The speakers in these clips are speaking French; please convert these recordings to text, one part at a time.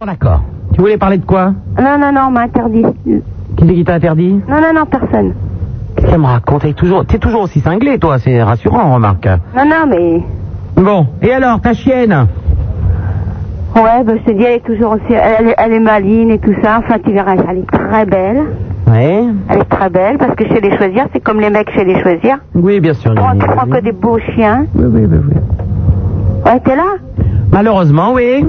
Bon, d'accord. Tu voulais parler de quoi Non, non, non, on m'a interdit. Qui c'est qui t'a interdit Non, non, non, personne. Qu'est-ce qu'elle me raconte Elle est toujours... T'es toujours aussi cinglé, toi. C'est rassurant, remarque. Non, non, mais. Bon, et alors, ta chienne Ouais, ben, je te dis, elle est toujours aussi. Elle, elle- elle est maline et tout ça. Enfin, tu verras, elle est très belle. Oui. Elle est très belle parce que chez les choisir, c'est comme les mecs chez les choisir. Oui, bien sûr. On Yannick. te prend que des beaux chiens. Oui, oui, oui, oui. Ouais, t'es là Malheureusement, oui.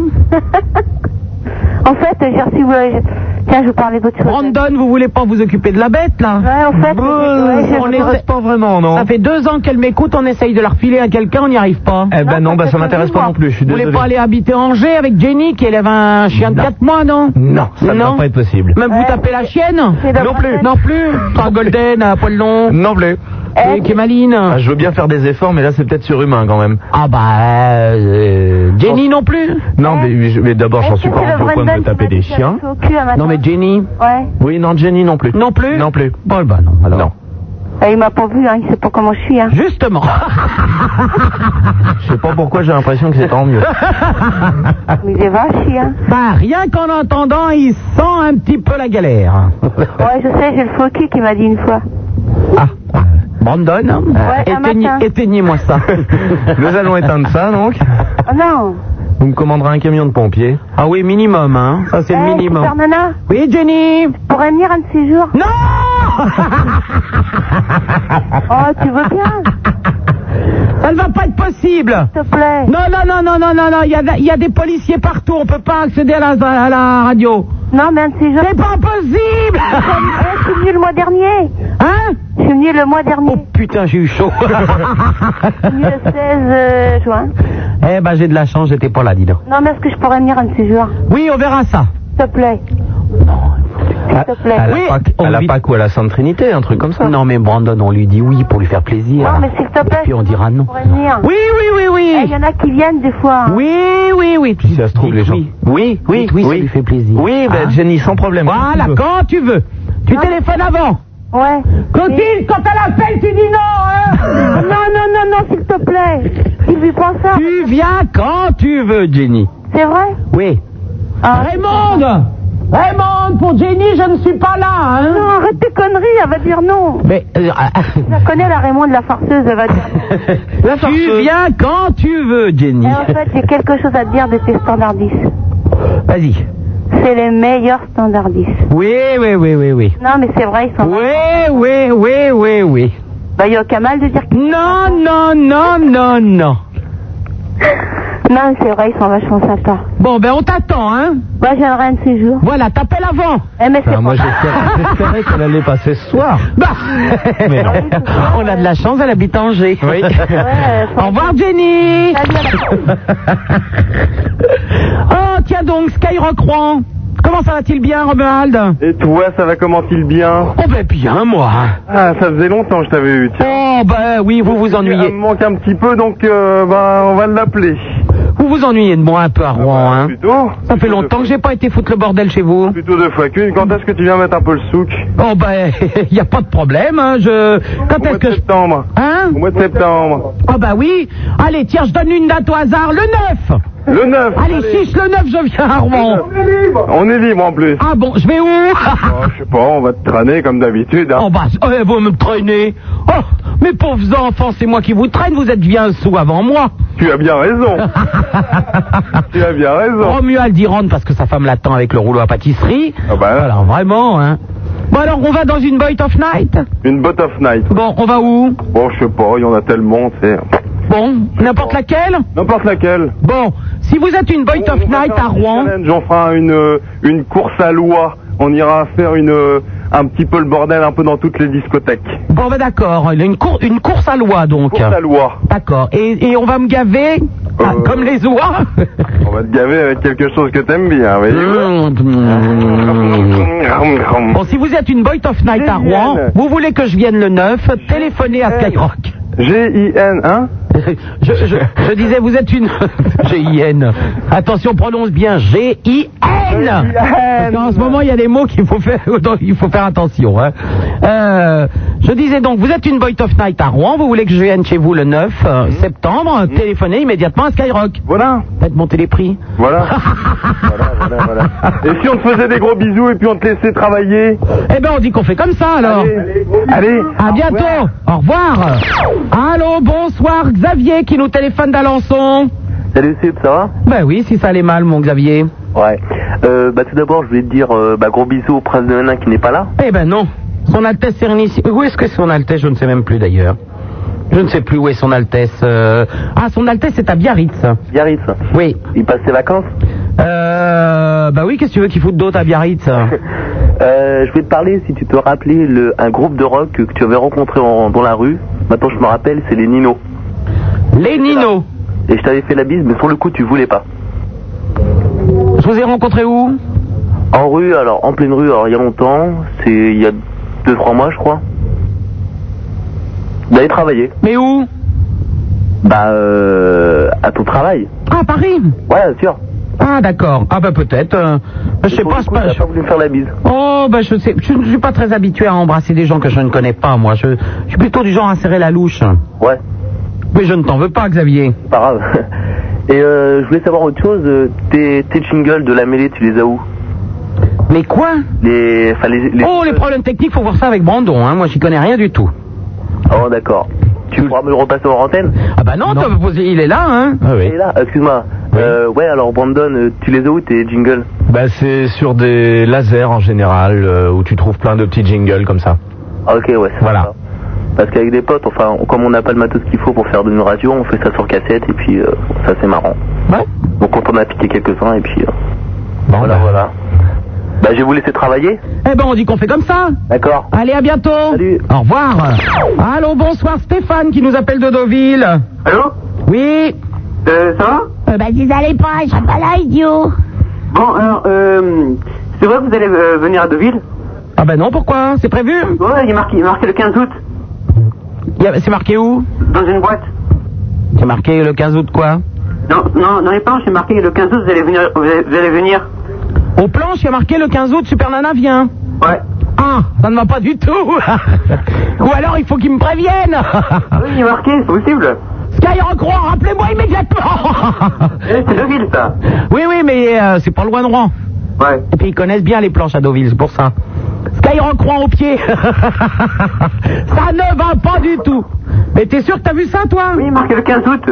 En fait, j'ai reçu. ouais, je- Tiens, je vous parlais d'autre chose. Brandon, vous voulez pas vous occuper de la bête, là Ouais, en fait, Euh, ouais, je- on je- essaie- Pas vraiment, non. Ça fait deux ans qu'elle m'écoute, on essaye de la refiler à quelqu'un, on n'y arrive pas. Eh ben Non, non, parce bah ça que ça m'intéresse se pas voit. non plus, je suis Vous voulez désolé. pas aller habiter Angers avec Jenny qui élève un chien de 4 mois, non Non, ça ne Non. va pas être possible. Même vous Ouais. tapez la chienne C'est la Non plus. princesse. Non plus. Pas golden, à poil long, Non plus. Eh, et qui est maline. Ah, je veux bien faire des efforts, mais là c'est peut-être surhumain quand même. Ah bah... euh, Jenny non plus Non, mais, je- mais d'abord j'en Est-ce suis que pas c'est le au point de Brendan me qui taper m'a des dit qu'elle chiens. touchait au cul un matin Non mais Jenny... Ouais. Oui, non, Jenny non plus. Non plus Non plus. Bon, bah non, alors. Non. Eh, il m'a pas vu, hein. Il sait pas comment je suis, hein. Justement. Je sais pas pourquoi j'ai l'impression que c'est tant mieux. Mais il est vache, hein. Bah, rien qu'en entendant, il sent un petit peu la galère. Ouais, je sais, j'ai le faux cul qui m'a dit une fois. Ah, ah. Brandon, Euh, Ouais, un éteignez- matin. éteignez-moi ça. Nous allons éteindre ça donc. Oh non Vous me commanderez un camion de pompiers. Ah oui, minimum, hein. Ça, c'est Eh, le minimum. Super Nana, Oui, Jenny pourrais venir un de ces jours Non Oh, tu veux bien Ça ne va pas être possible S'il te plaît Non, non, non, non, non, non, non, il y a, de- il y a des policiers partout, on peut pas accéder à la, à la radio. Non, mais un de ces jours... C'est pas possible Eh, je suis venue le mois dernier Hein Je suis venue le mois dernier, Putain, j'ai eu chaud. Oh. je suis venue le 16 euh, juin. eh ben, j'ai de la chance, j'étais pas là, dis donc. Non, mais est-ce que je pourrais venir un de ces jours Oui, on verra ça. S'il te plaît. S'il te À plaît. la Oui, Pâque, on à la vit- Pâque ou à la Sainte Trinité, un truc comme ça. Non, mais Brandon, on lui dit oui pour lui faire plaisir. Non, mais s'il te plaît, ah, Et puis on dira je non. pourrais venir. Oui, oui, oui, Eh, oui. Il y en a qui viennent des fois. hein. Oui, oui, oui. Si ça se trouve, les gens. Oui, Oui, oui, Dites oui, ça lui fait plaisir. Oui, ben, Hein Jenny, sans problème. Voilà, quand tu veux. Ah. Tu Non. téléphones avant. Ouais. Mais- Clotilde, quand elle appelle, tu dis non. hein. Non, non, non, non, s'il te plaît. Il lui pense ça. tu viens quand tu veux, Jenny. C'est vrai Oui. Ah. Raymond Raymond, pour Jenny, je ne suis pas là. Non, Hein arrête tes conneries, elle va dire non. mais euh, Je la connais, la Raymond de la farceuse, elle va dire non. tu viens quand tu veux, Jenny. Et en fait, j'ai quelque chose à te dire de tes standardistes. Vas-y. C'est les meilleurs standardistes. Oui, oui, oui, oui, oui. Non, mais c'est vrai, ils sont... Oui, oui, oui, oui, oui. Bah, il n'y a aucun mal de dire que... Non, non, non, non, non. Non, mais c'est vrai, ils sont vachement sympas. Bon, ben on t'attend, hein. Moi, j'aimerais un de ces jours. Voilà, t'appelles avant. Eh, mais c'est Ah, moi pas- j'espérais j'espérais qu'elle allait passer ce soir. Bah. Mais non. on a de la chance, elle habite Angers. Oui. Ouais, euh, Au faut- revoir, Jenny. Salut à la- Oh, tiens donc, Skyrock Rouen. Comment ça va-t-il bien, Romuald Et toi, ça va comment-il bien Oh, ben bien, moi. Ah, ça faisait longtemps que je t'avais eu. Tiens. Oh, ben oui, vous vous Elle ennuyez. me manque un petit peu, donc euh, bah, on va l'appeler. Vous vous ennuyez de moi un peu à Rouen, hein. Plutôt Ça fait longtemps que j'ai pas été foutre le bordel chez vous. Plutôt deux fois qu'une. Quand est-ce que tu viens mettre un peu le souk Oh, ben, y a pas de problème, hein. Je. Au Quand mois est-ce de que je. septembre. Hein Au mois de septembre. Oh bah oui Allez, tiens, je donne une date au hasard, le 9 Le 9. Allez, chiche, le 9, je viens à Rouen On est libre en plus. Ah bon, je vais où Oh, je sais pas, on va te traîner comme d'habitude. hein. Oh bah, eh, vous me traînez Oh, mes pauvres enfants, c'est moi qui vous traîne, vous êtes bien sous avant moi Tu as bien raison. tu as bien raison. Romuald y rentre parce que sa femme l'attend avec le rouleau à pâtisserie. Oh. Ah bah, Alors vraiment, hein Bon alors, on va dans une boîte of night Une botte of night. Bon, on va où Bon, je sais pas, il y en a tellement, c'est... Bon, n'importe laquelle N'importe laquelle. Bon, si vous êtes une boîte Oh, On- of on va night faire à un petit Rouen... challenge, On fera une, euh, une course à loi. On ira faire une, euh, un petit peu le bordel un peu dans toutes les discothèques. Bon bah d'accord, une, cour- une course à loi donc Course à loi. D'accord. Et, et on va me gaver ah, Euh. comme les oies On va te gaver avec quelque chose que t'aimes bien, voyez Mm. mmh. Bon, si vous êtes une Boy of Night Génial. à Rouen, vous voulez que je vienne le 9, téléphonez à Skyrock. G-I-N, hein Je, je, je disais, vous êtes une G-I-N. Attention, prononce bien G-I-N. Wilhelm Parce qu'en ce moment, il y a des mots qu'il faut faire, dont il faut faire attention. hein. Euh, je disais donc, vous êtes une Boy of Night à Rouen, vous voulez que je vienne chez vous le 9 Mm-hmm. euh, septembre, téléphonez immédiatement à Skyrock. Voilà, Faites monter les prix. voilà. voilà, voilà, voilà. Et si on te faisait des gros bisous et puis on te laissait travailler Eh ben, on dit qu'on fait comme ça alors. Allez, allez. À bientôt. Au revoir. Allô, bonsoir Xavier qui nous téléphone d'Alençon. Salut Seb, ça va Ben oui, si ça allait mal, mon Xavier. Ouais. Euh, bah tout d'abord, je voulais te dire euh, bah, gros bisous au prince de Hénin qui n'est pas là. Eh ben non. Son Altesse Sérénissime. Où est-ce que c'est son Altesse Je ne sais même plus d'ailleurs. Je ne sais plus où est son Altesse. euh. Ah, son Altesse est à Biarritz. Biarritz, Oui. il passe ses vacances. Euh... Bah oui, qu'est-ce que tu veux qu'il foute d'autre à Biarritz Euh, je voulais te parler, si tu te rappelais, le, un groupe de rock que tu avais rencontré en- dans la rue. Maintenant, je me rappelle, c'est les Nino. Les Nino. Et je t'avais fait la bise, mais sur le coup, tu voulais pas. Je vous ai rencontré où En rue, alors, en pleine rue, alors il y a longtemps, c'est il y a deux, trois mois, je crois. D'aller travailler. Mais où Bah, euh, à ton travail. Ah, à Paris. Ouais, sûr. Ah, d'accord. Ah, bah peut-être. euh, bah, je Et sais sur pas. le c'est coup, pas- t'as pas voulu me faire la bise. Oh, bah je sais. Je ne suis pas très habitué à embrasser des gens que je ne connais pas, moi. Je, je suis plutôt du genre à serrer la louche. Ouais. Mais je ne t'en veux pas, Xavier. Pas grave. Et euh, je voulais savoir autre chose, euh, tes, tes jingles de la mêlée, tu les as où Mais quoi Les, enfin les, les- Oh, les problèmes techniques, faut voir ça avec Brandon. Hein. Moi, j'y connais rien du tout. Oh, d'accord. Tu pourras me le repasser en antenne Ah bah non, t'as posé- il est là, hein Ah oui. Et là, excuse-moi. Euh, ouais, alors Brandon, euh, tu les as où tes jingles Bah, c'est sur des lasers en général, euh, où tu trouves plein de petits jingles comme ça. Ah, Ok, ouais. c'est Voilà. sympa. Parce qu'avec des potes, enfin, on- comme on n'a pas le matos qu'il faut pour faire d'une radio, on fait ça sur cassette et puis euh, ça c'est marrant. Ouais. Donc on en a piqué quelques-uns et puis euh, Bon, voilà, bah, voilà. Bah je vais vous laisser travailler, Eh ben, on dit qu'on fait comme ça. d'accord Allez, à bientôt. Salut. Au revoir. Allô, bonsoir, Stéphane qui nous appelle de Deauville. Allô Oui. euh, Ça va Euh, bah, vous allez pas, je serai pas là, idiot. Bon, alors, euh, c'est vrai que vous allez euh, venir à Deauville Ah bah non, pourquoi C'est prévu Ouais, il est marqué, il est marqué le 15 août, Il y a- C'est marqué où dans une boîte. C'est marqué le 15 août quoi Non, non, dans les planches, c'est marqué le 15 août, vous allez venir. Vous allez, vous allez venir. Au planche, il y a marqué le 15 août, Super Nana vient. Ouais. Ah, ça ne va pas du tout. Ou alors, il faut qu'il me prévienne. Ah Oui, il est marqué, c'est possible. Skyrock Rouen, rappelez-moi immédiatement. Eh, C'est Deauville, ça. Oui, oui, mais euh, c'est pas loin de Rouen. Ouais. Et puis ils connaissent bien les planches à Deauville, c'est pour ça. Skyrock Rouen au pied. ça ne va pas du tout. Mais t'es sûr que t'as vu ça, toi Oui, il est marqué le 15 août.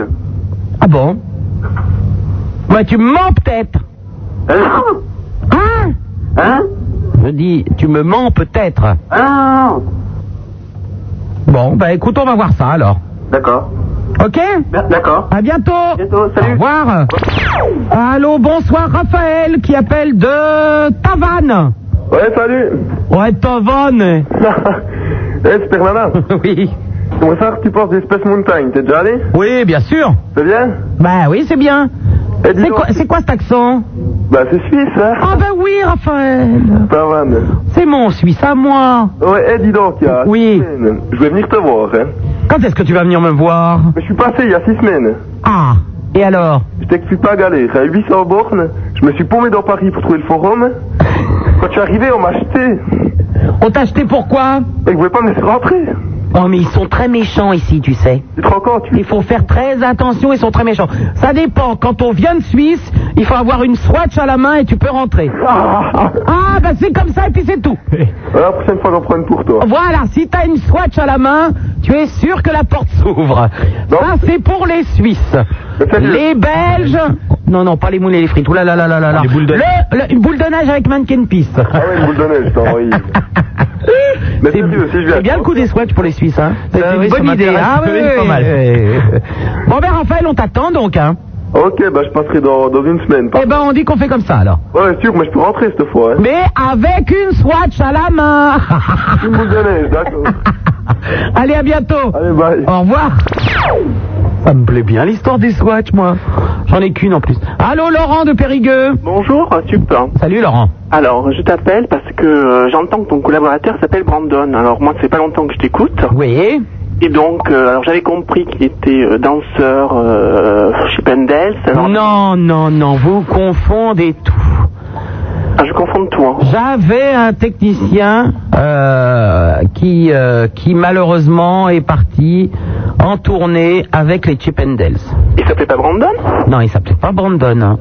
Ah bon Bah tu me mens peut-être. Euh, non. Hein Hein Je dis, tu me mens peut-être. Ah, non, non. Bon, bah écoute, on va voir ça alors. D'accord. Ok D- D'accord. À bientôt. bientôt, salut. Au revoir. Allô, bonsoir, Raphaël qui appelle de Tavannes. Ouais, salut Ouais, Tavannes. Eh, super nana oui. Comment ça, tu penses des Space Mountain T'es déjà allé Oui, bien sûr. C'est bien Bah oui, c'est bien. Eh, dis C'est donc. quoi, c'est quoi cet accent Bah, c'est suisse, hein Ah ben oui, Raphaël. Pas mal. C'est mon Suisse à moi. Ouais, eh, dis donc, il y a Oui. six semaines, je vais venir te voir, hein. Quand est-ce que tu vas venir me voir Mais je suis passé il y a six semaines. Ah, et alors Je t'explique pas galère. À 800 bornes, je me suis paumé dans Paris pour trouver le forum. Quand je suis arrivé, on m'a acheté. On t'a acheté pourquoi Et ils voulaient pas me laisser rentrer. Oh mais ils sont très méchants ici, tu sais. Tu te rends compte tu... Il faut faire très attention, ils sont très méchants. Ça dépend, quand on vient de Suisse, il faut avoir une swatch à la main et tu peux rentrer. Ah, ah, ah. Ah bah c'est comme ça et puis c'est tout. La prochaine fois, j'en prends une pour toi. Voilà, si t'as une swatch à la main, tu es sûr que la porte s'ouvre. Non. Ça, c'est pour les Suisses. Mais ça, je- Les Belges. Non, non, pas les moules et les frites. Ouh là là là là là là. Ah, Les boules de- Le- le- une boule de neige avec mannequin piste. Ah ouais, une boule de neige, t'as envoyé. Mais C'est sérieux, si je viens c'est bien à- le coup des swatchs pour les Suisses, hein. C'est Ah une oui, ça bonne idée. m'intéresse. Ah oui, Oui, pas mal. oui, oui. Bon ben Raphaël, on t'attend donc, hein. Ok, bah je passerai dans, dans une semaine. par- Eh ben on dit qu'on fait comme ça alors. Ouais, sûr, mais je peux rentrer cette fois. Hein. Mais avec une swatch à la main. Une boule de neige, d'accord. Allez, à bientôt. Allez, bye. Au revoir. Ça me plaît bien l'histoire des Swatch, moi. J'en ai qu'une en plus. Allô, Laurent de Périgueux. Bonjour, super. Salut, Laurent. Alors, je t'appelle parce que euh, j'entends que ton collaborateur s'appelle Brandon. Alors, moi, ça fait pas longtemps que je t'écoute. Oui. Et donc, euh, alors j'avais compris qu'il était euh, danseur euh, chez Pendels. Alors, Non, non, non, vous confondez tout. Ah, je confonds tout. hein. J'avais un technicien euh, qui, euh, qui malheureusement est parti en tournée avec les Chippendales. Il s'appelait pas Brandon Non, il s'appelait pas Brandon. hein.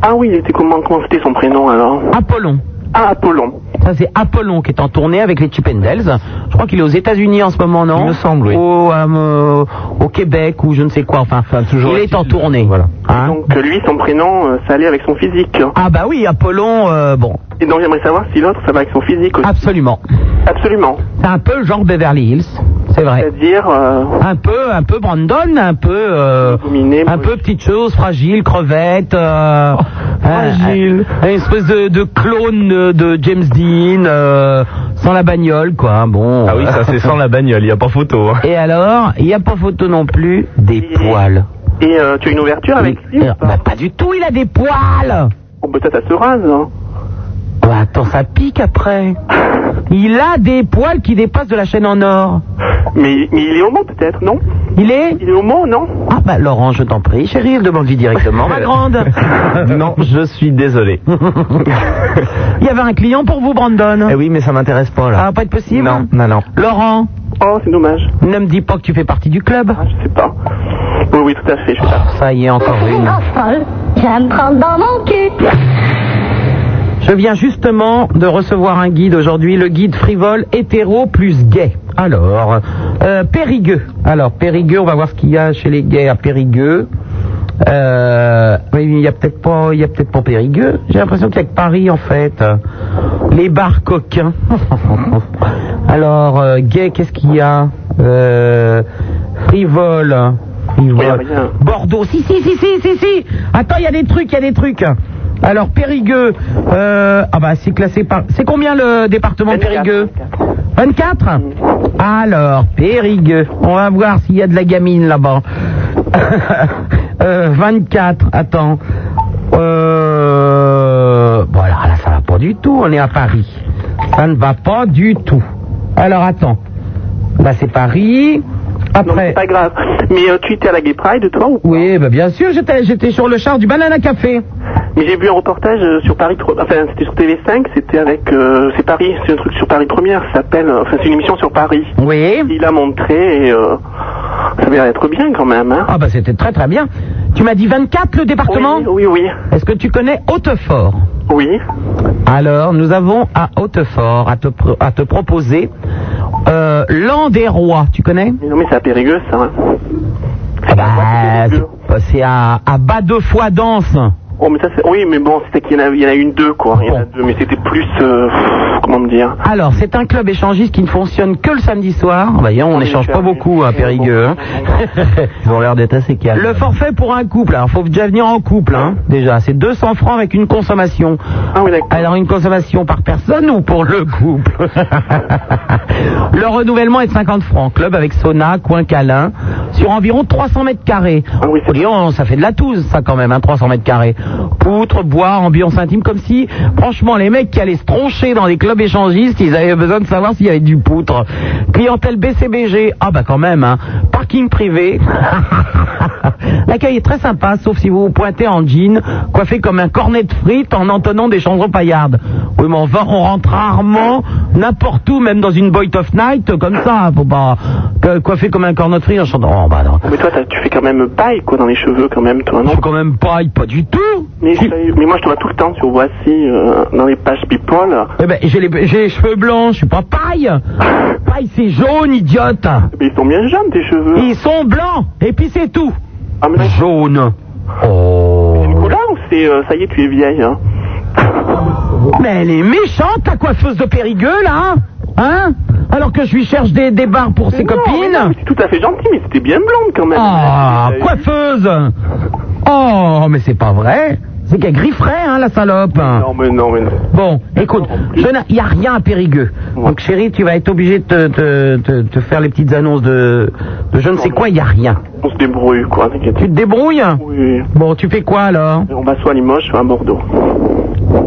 Ah oui, il était comment Comment c'était son prénom alors Apollon. Ah, Apollon. Ça, c'est Apollon qui est en tournée avec les Chippendales. Je crois qu'il est aux États-Unis en ce moment, non Il me semble, oui. Au, euh, au Québec ou je ne sais quoi. Enfin, toujours il est est-il- en tournée. voilà. Hein Donc lui, son prénom, euh, ça allait avec son physique. ah bah oui, Apollon, euh, bon, Et donc j'aimerais savoir si l'autre, ça va avec son physique aussi. absolument. Absolument. C'est un peu genre Beverly Hills, c'est vrai. C'est-à-dire... euh, Un peu, un peu Brandon, un peu, euh, Dominé, un moi, peu petite chose, fragile, crevette, euh, un- fragile. un- une espèce de, de clone de, de James Dean, euh, sans la bagnole, quoi. hein, Bon. Ah oui, ça c'est sans la bagnole, il n'y a pas photo. hein. Et alors, il n'y a pas photo non plus des poils. Et euh, tu as une ouverture avec lui Euh, ou pas bah, pas du tout, il a des poils Oh, bah, ça, ça se rase. hein. Bah, Attends, ça pique après. Il a des poils qui dépassent de la chaîne en or. Mais, mais il est homo peut-être, non Il est Il est homo, non Ah bah Laurent, je t'en prie, chérie, elle demande lui directement, ma grande. non, je suis désolé. Il y avait un client pour vous, Brandon. Eh oui, mais ça m'intéresse Ah, pas Ça là. va pas être possible hein. non, non, non. Laurent, Oh, c'est dommage. ne me dis pas que tu fais partie du club. Ah, je sais pas. Oui, oui, tout à fait, je sais pas. Ça y est, encore une. Oh, folle. Je vais me prendre dans mon cul. Je viens justement de recevoir un guide aujourd'hui, le guide frivole hétéro plus gay. Alors, euh, Périgueux. Alors, Périgueux, on va voir ce qu'il y a chez les gays à Périgueux. Euh, mais il n'y a peut-être pas, il y a peut-être pas Périgueux. J'ai l'impression qu'il y a que Paris en fait. Les bars coquins. Alors, euh, gay, qu'est-ce qu'il y a euh, Frivole. Frivole. Oui, rien. Bordeaux. Si, si, si, si, si, si. Attends, il y a des trucs, il y a des trucs. Alors, Périgueux. euh, ah bah, c'est classé par... C'est combien le département de Périgueux 24 Alors, Périgueux. On va voir s'il y a de la gamine là-bas. Euh, 24, attends. Euh... Voilà, là, ça va pas du tout. On est à Paris. Ça ne va pas du tout. Alors, attends. Là, c'est Paris. Non, Après... c'est pas grave. Mais euh, tu étais à la Gay Pride, toi ou Oui, bah bien sûr, j'étais, j'étais sur le char du Banana Café. Mais j'ai vu un reportage euh, sur Paris, Pro- enfin c'était sur TV5, c'était avec, euh, c'est Paris, c'est un truc sur Paris Première, ça s'appelle, euh, enfin c'est une émission sur Paris. Oui. Il a montré et euh, ça avait l'air d'être bien quand même. Hein. Ah bah c'était très très bien. Tu m'as dit 24 le département oui, oui, oui, Est-ce que tu connais Hautefort oui. Alors, nous avons à Hautefort à te, pro- à te proposer euh, l'an des rois. Tu connais Mais non mais c'est à Périgueux ça. hein. Ah bah, c'est- c'est, c'est à, à bas deux fois danse. Oh mais ça c'est, oui mais bon c'était qu'il y en a, il y en a une deux quoi, il y en a Bon. deux, mais c'était plus, euh, pff, comment dire. Alors, c'est un club échangiste qui ne fonctionne que le samedi soir. Bah, Voyons, on Oui, n'échange ça, pas oui. beaucoup à Périgueux. hein. Ils ont l'air d'être assez calmes. Le forfait pour un couple, alors faut déjà venir en couple, hein, déjà, c'est 200 francs avec une consommation. Ah oui d'accord. Alors une consommation par personne ou pour le couple Le renouvellement est de 50 francs, club avec sauna, coin câlin, sur environ 300 mètres carrés. Ah oui, c'est- Oh, dis donc, ça fait de la touze ça quand même, hein, 300 mètres carrés. Poutre, bois, ambiance intime, comme si, franchement, les mecs qui allaient se troncher dans les clubs échangistes, ils avaient besoin de savoir s'il y avait du poutre. Clientèle BCBG, ah bah quand même, hein. parking privé. L'accueil est très sympa, sauf si vous vous pointez en jean, coiffé comme un cornet de frites en entonnant des chansons paillardes. Oui, mais enfin, on rentre rarement, n'importe où, même dans une Boy of Night, euh, comme ça. Faut pas que- coiffé comme un cornet de frites en chantant. Oh, bah Ah. non. Mais toi t'as- tu fais quand même paille quoi dans les cheveux quand même toi non Faut quand même pas, pas du tout. mais, sérieux, mais moi je te vois tout le temps sur Voici euh, dans les pages People. Eh ben, j'ai les, j'ai les cheveux blancs, je suis pas paille. Paille, c'est jaune, idiote. Mais ils sont bien jeunes tes cheveux. Ils sont blancs, et puis c'est tout. Ah mais non, Jaune. Oh. c'est une couleur ou c'est euh, ça y est tu es vieille hein Mais elle est méchante, la coiffeuse de Périgueux, là Hein Alors que je lui cherche des, des barres pour ses Non, mais non, copines mais C'est tout à fait gentil, mais c'était bien blonde quand même. Ah, Euh, coiffeuse Oh, mais c'est pas vrai C'est qu'elle grifferait, hein, la salope Non, mais non, mais non. Bon, écoute, il n'y a rien à Périgueux. Donc, chérie, tu vas être obligée de te, te- te- te faire les petites annonces de, de je ne sais quoi, il n'y a rien. On se débrouille, quoi, t'inquiète. Tu te débrouilles Oui, Bon, tu fais quoi alors on va soit à Limoges, soit à Bordeaux.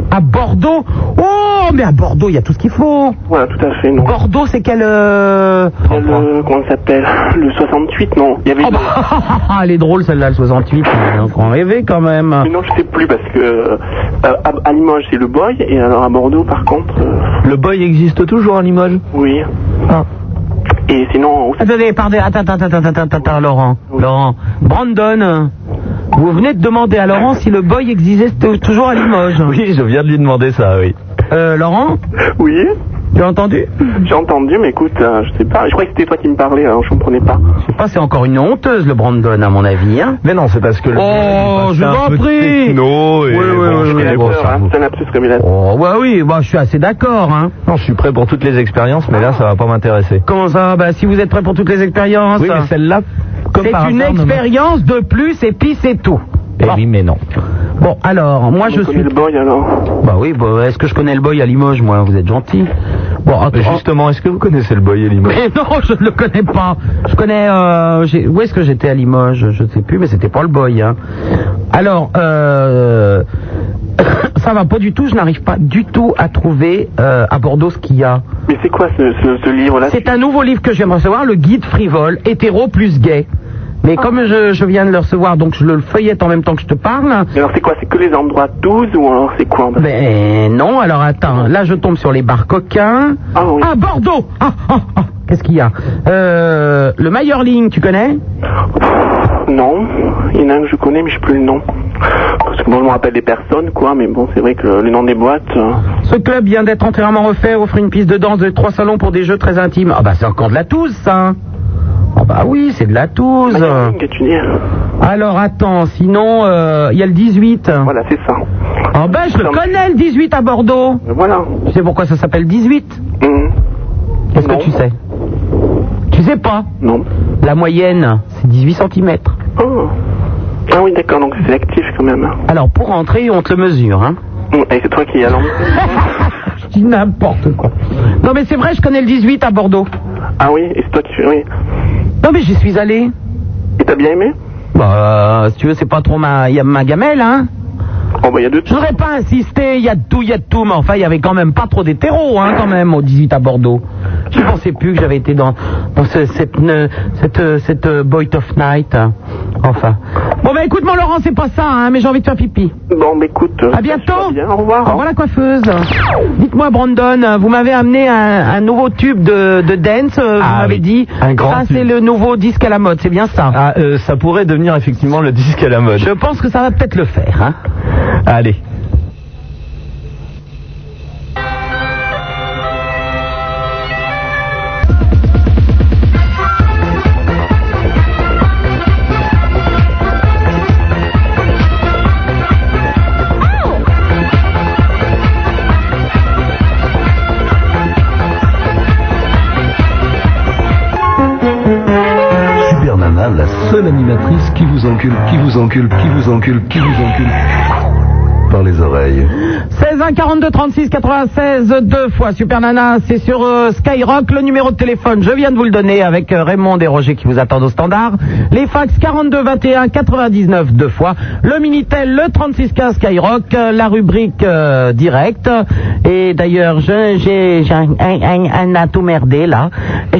À Bordeaux Oh Oh, mais à Bordeaux, il y a tout ce qu'il faut. Voilà, tout à fait, non. Bordeaux, c'est quel. euh, Il y a le, comment ça s'appelle Le 68, non Il y avait. Oh, une- bah, elle est drôle celle-là, le 68. Donc on rêvait quand même. Mais non, je sais plus parce que euh, à, à Limoges c'est le Boy et alors à Bordeaux par contre, euh, Le boy existe hein, toujours à Limoges oui. Ah. Et sinon, on- Attendez, pardon, attends, attends, attends, attends, attends, attends, Laurent. Oui. Laurent. Brandon, euh, vous venez de demander à Laurent si le boy existait toujours à Limoges. Oui, je viens de lui demander ça, oui. Euh, Laurent, oui, tu as entendu j'ai entendu, mais écoute, euh, je sais pas. Je croyais que c'était toi qui me parlais, alors je comprenais pas. Je sais pas, c'est encore une honteuse, le Brandon, à mon avis. Hein. Mais non, c'est parce que le. Oh, je vous en prie. Non, et Oui, oui, bon, oui, je oui, connais oui, bon, Révélateur, ça. hein, c'est un lapsus révélateur. Oh, ouais, oui, bah, je suis assez d'accord. Hein. Non, je suis prêt pour toutes les expériences, mais là, ça va pas m'intéresser. Comment ça Bah, si vous êtes prêts pour toutes les expériences. Oui, hein. mais celle-là, comme par c'est une hasard, ne m'a- expérience de plus et puis c'est tout. Eh oui, mais non. Bon, alors, moi je On connaît suis. le Boy alors. Bah oui, bah, est-ce que je connais le boy à Limoges, moi Vous êtes gentil. Bon, attends. Mais Justement, est-ce que vous connaissez le boy et Limoges Mais non, je ne le connais pas. Je connais. euh, j'ai- où est-ce que j'étais à Limoges Je ne sais plus, mais c'était pas le boy. hein. Alors, euh, ça va pas du tout. Je n'arrive pas du tout à trouver euh, à Bordeaux ce qu'il y a. Mais c'est quoi ce, ce, ce livre-là C'est un nouveau livre que je viens de recevoir, le guide frivole, hétéro plus gay. Mais comme je, je viens de le recevoir, donc je le feuillette en même temps que je te parle. Mais Alors c'est quoi C'est que les endroits 12 ou alors c'est quoi Ben non, alors attends, là je tombe sur les bars coquins. Ah oui. Ah, Bordeaux Ah, ah, ah, Qu'est-ce qu'il y a euh, Le Meyerling, tu connais Non, il y en a un que je connais, mais je sais plus le nom. Parce que bon, je me rappelle des personnes, quoi, mais bon, c'est vrai que le nom des boîtes. euh, Ce club vient d'être entièrement refait, offre une piste de danse de trois salons pour des jeux très intimes. Ah bah c'est encore de la touze ça Ah bah oui, c'est de la touze magazine que tu dis. Alors attends, sinon euh, il y a le 18. Voilà, c'est ça. Ah ben je le connais le 18 à Bordeaux Voilà. Tu sais pourquoi ça s'appelle 18 Hum, Qu'est-ce Non. que tu sais Tu sais pas Non. La moyenne, c'est 18 cm. Oh. Ah oui, d'accord, donc c'est actif quand même. Alors pour entrer, on te le mesure, hein Hum, Et c'est toi qui y allons. Je dis n'importe quoi. Non mais c'est vrai, je connais le 18 à Bordeaux. Ah oui, et c'est toi qui Oui. Non mais j'y suis allé. Et t'as bien aimé Bah, euh, si tu veux, c'est pas trop ma, y a ma gamelle, hein. Oh, bah, il y a deux Je voudrais pas insister, il y a de tout, il y a de tout, mais enfin, il y avait quand même pas trop d'hétéros, hein, quand même, au 18 à Bordeaux. Je pensais plus que j'avais été dans, dans ce- cette, ne- cette, euh, cette, euh, Boy of Night. hein. Enfin. Bon, bah écoute, mon Laurent, c'est pas ça, hein, mais j'ai envie de faire pipi. Bon, bah, écoute. euh, À bientôt. Ah, sois bien, Au revoir. Au revoir la coiffeuse. Dites-moi, Brandon, euh, vous m'avez amené un, un nouveau tube de, de dance. euh, Ah vous m'avez oui, dit, un grand ça c'est tube. le nouveau disque à la mode, c'est bien ça. Ah, euh, ça pourrait devenir effectivement le disque à la mode. Je pense que ça va peut-être le faire. Hein. Allez. Super Nana, la seule animatrice qui vous encule, qui vous encule, qui vous encule, qui vous encule. Par les oreilles. 16 1 42 36 96 deux fois Super Nana, c'est sur euh, Skyrock le numéro de téléphone. Je viens de vous le donner avec euh, Raymond et Roger qui vous attendent au standard. Les fax 42 21 99 deux fois, le minitel le 36 15 Skyrock, euh, la rubrique euh, direct et d'ailleurs je- j'ai j'ai un, un- un- un a tout merdé là.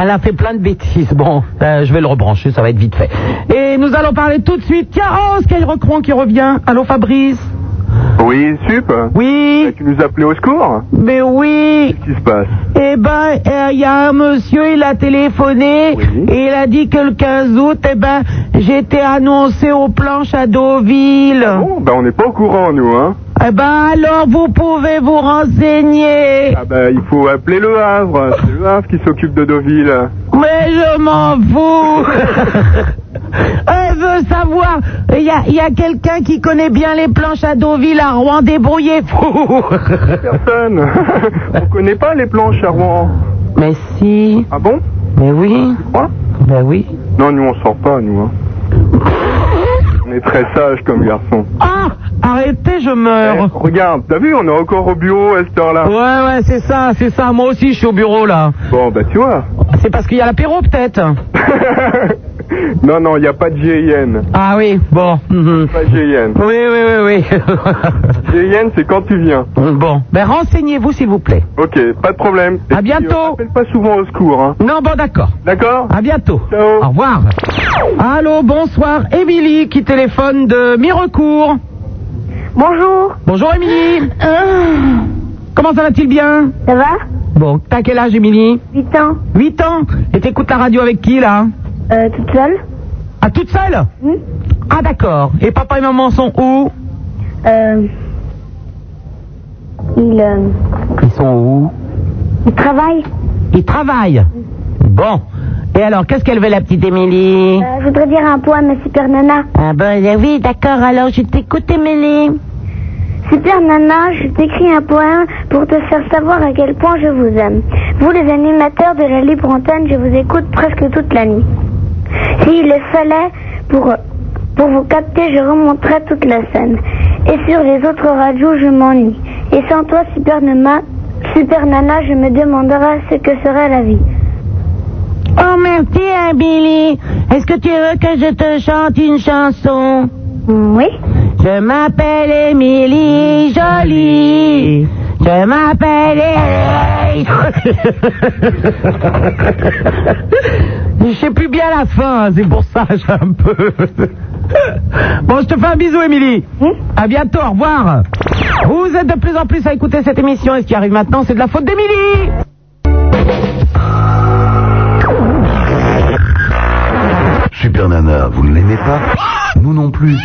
Elle a fait plein de bêtises. Bon, euh, je vais le rebrancher, ça va être vite fait. Et nous allons parler tout de suite. Tiens, oh, Skyrock Rouen qui revient. Allô Fabrice. Oui, sup Oui, Tu nous appelais au secours mais oui. Qu'est-ce qui se passe Eh ben, il y a un monsieur, il a téléphoné, et il a dit que le 15 août, eh ben, j'étais annoncé aux planches à Deauville. Bon, bah on n'est pas au courant, nous, hein Eh ben, alors vous pouvez vous renseigner. Ah bah il faut appeler Le Havre, c'est Le Havre qui s'occupe de Deauville. Mais je m'en fous. Elle veut savoir. Il y a, il y a quelqu'un qui connaît bien les planches à Deauville, à Rouen, débrouillez-vous. Personne On connaît pas les planches à Rouen. Mais si, Ah bon mais oui, Quoi ben oui. Non, nous on sort pas, nous, hein. On est très sages comme garçons. Ah, arrêtez, je meurs. Eh, regarde, t'as vu, on est encore au bureau à cette heure-là. Euh, Ouais, ouais, c'est ça, c'est ça. Moi aussi, je suis au bureau, là. Bon, bah tu ben, vois. C'est parce qu'il y a l'apéro, peut-être Non, non, il n'y a pas de GIN. Ah oui, bon. mhm. Pas de GIN. Oui, oui, oui, GIN, c'est quand tu viens. oui. bon, ben renseignez-vous s'il vous plaît. Ok, pas de problème. À Et puis, bientôt. euh, Appelle pas souvent au secours, hein. Non, bon, d'accord. D'accord À bientôt. Ciao. Au revoir. Allô, bonsoir. Émilie qui téléphone de Mirecourt. Bonjour. Bonjour, Émilie. Comment ça va-t-il bien Ça va Bon, t'as quel âge, Émilie 8 ans. 8 ans. Et t'écoutes la radio avec qui, là Euh, toute seule À toute seule Oui. Ah, d'accord. Et papa et maman sont où Euh, il, euh, Ils sont où il travaille. Ils travaillent. Bon. Et alors, qu'est-ce qu'elle veut, la petite Émilie je voudrais dire un point à ma super nana. Ah ben euh, oui, d'accord, alors je t'écoute, Émilie. Super Nana, je t'écris un poème pour te faire savoir à quel point je vous aime. Vous les animateurs de la libre antenne, je vous écoute presque toute la nuit. S'il le fallait, pour, pour vous capter, je remonterais toute la scène. Et sur les autres radios, je m'ennuie. Et sans toi, Super Nana, Super Nana, je me demanderais ce que serait la vie. Oh merci, Émilie. Est-ce que tu veux que je te chante une chanson Oui Je m'appelle Émilie Jolie. Je m'appelle Émilie. Je sais plus bien la fin, hein, c'est pour ça, j'ai un peu. bon, je te fais un bisou, Émilie. À bientôt, au revoir. Vous êtes de plus en plus à écouter cette émission et ce qui arrive maintenant, c'est de la faute d'Émilie. Super Nana, vous ne l'aimez pas Nous non plus.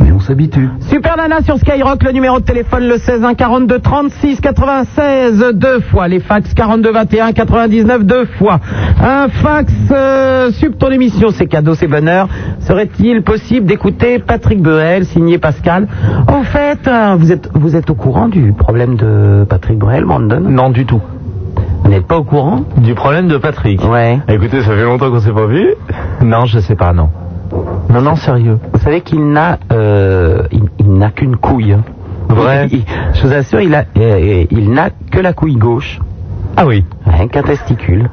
Mais on s'habitue. Super Nana sur Skyrock, le numéro de téléphone le 16 1 42 36 96 deux fois, les fax 42 21 99 deux fois. Un fax euh, sub ton émission, c'est cadeau, c'est bonheur. Serait-il possible d'écouter Patrick Bruel, signé Pascal En fait, euh, vous êtes vous êtes au courant du problème de Patrick Bruel, Brandon Non, du tout. Vous n'êtes pas au courant Du problème de Patrick. Ouais. Écoutez, ça fait longtemps qu'on s'est pas vu. Non, je sais pas, non. Non, non, sérieux. Vous savez qu'il n'a euh, il, il n'a qu'une couille. Vrai. Il- il- je vous assure, il a euh, il n'a que la couille gauche. Ah oui. Rien qu'un testicule.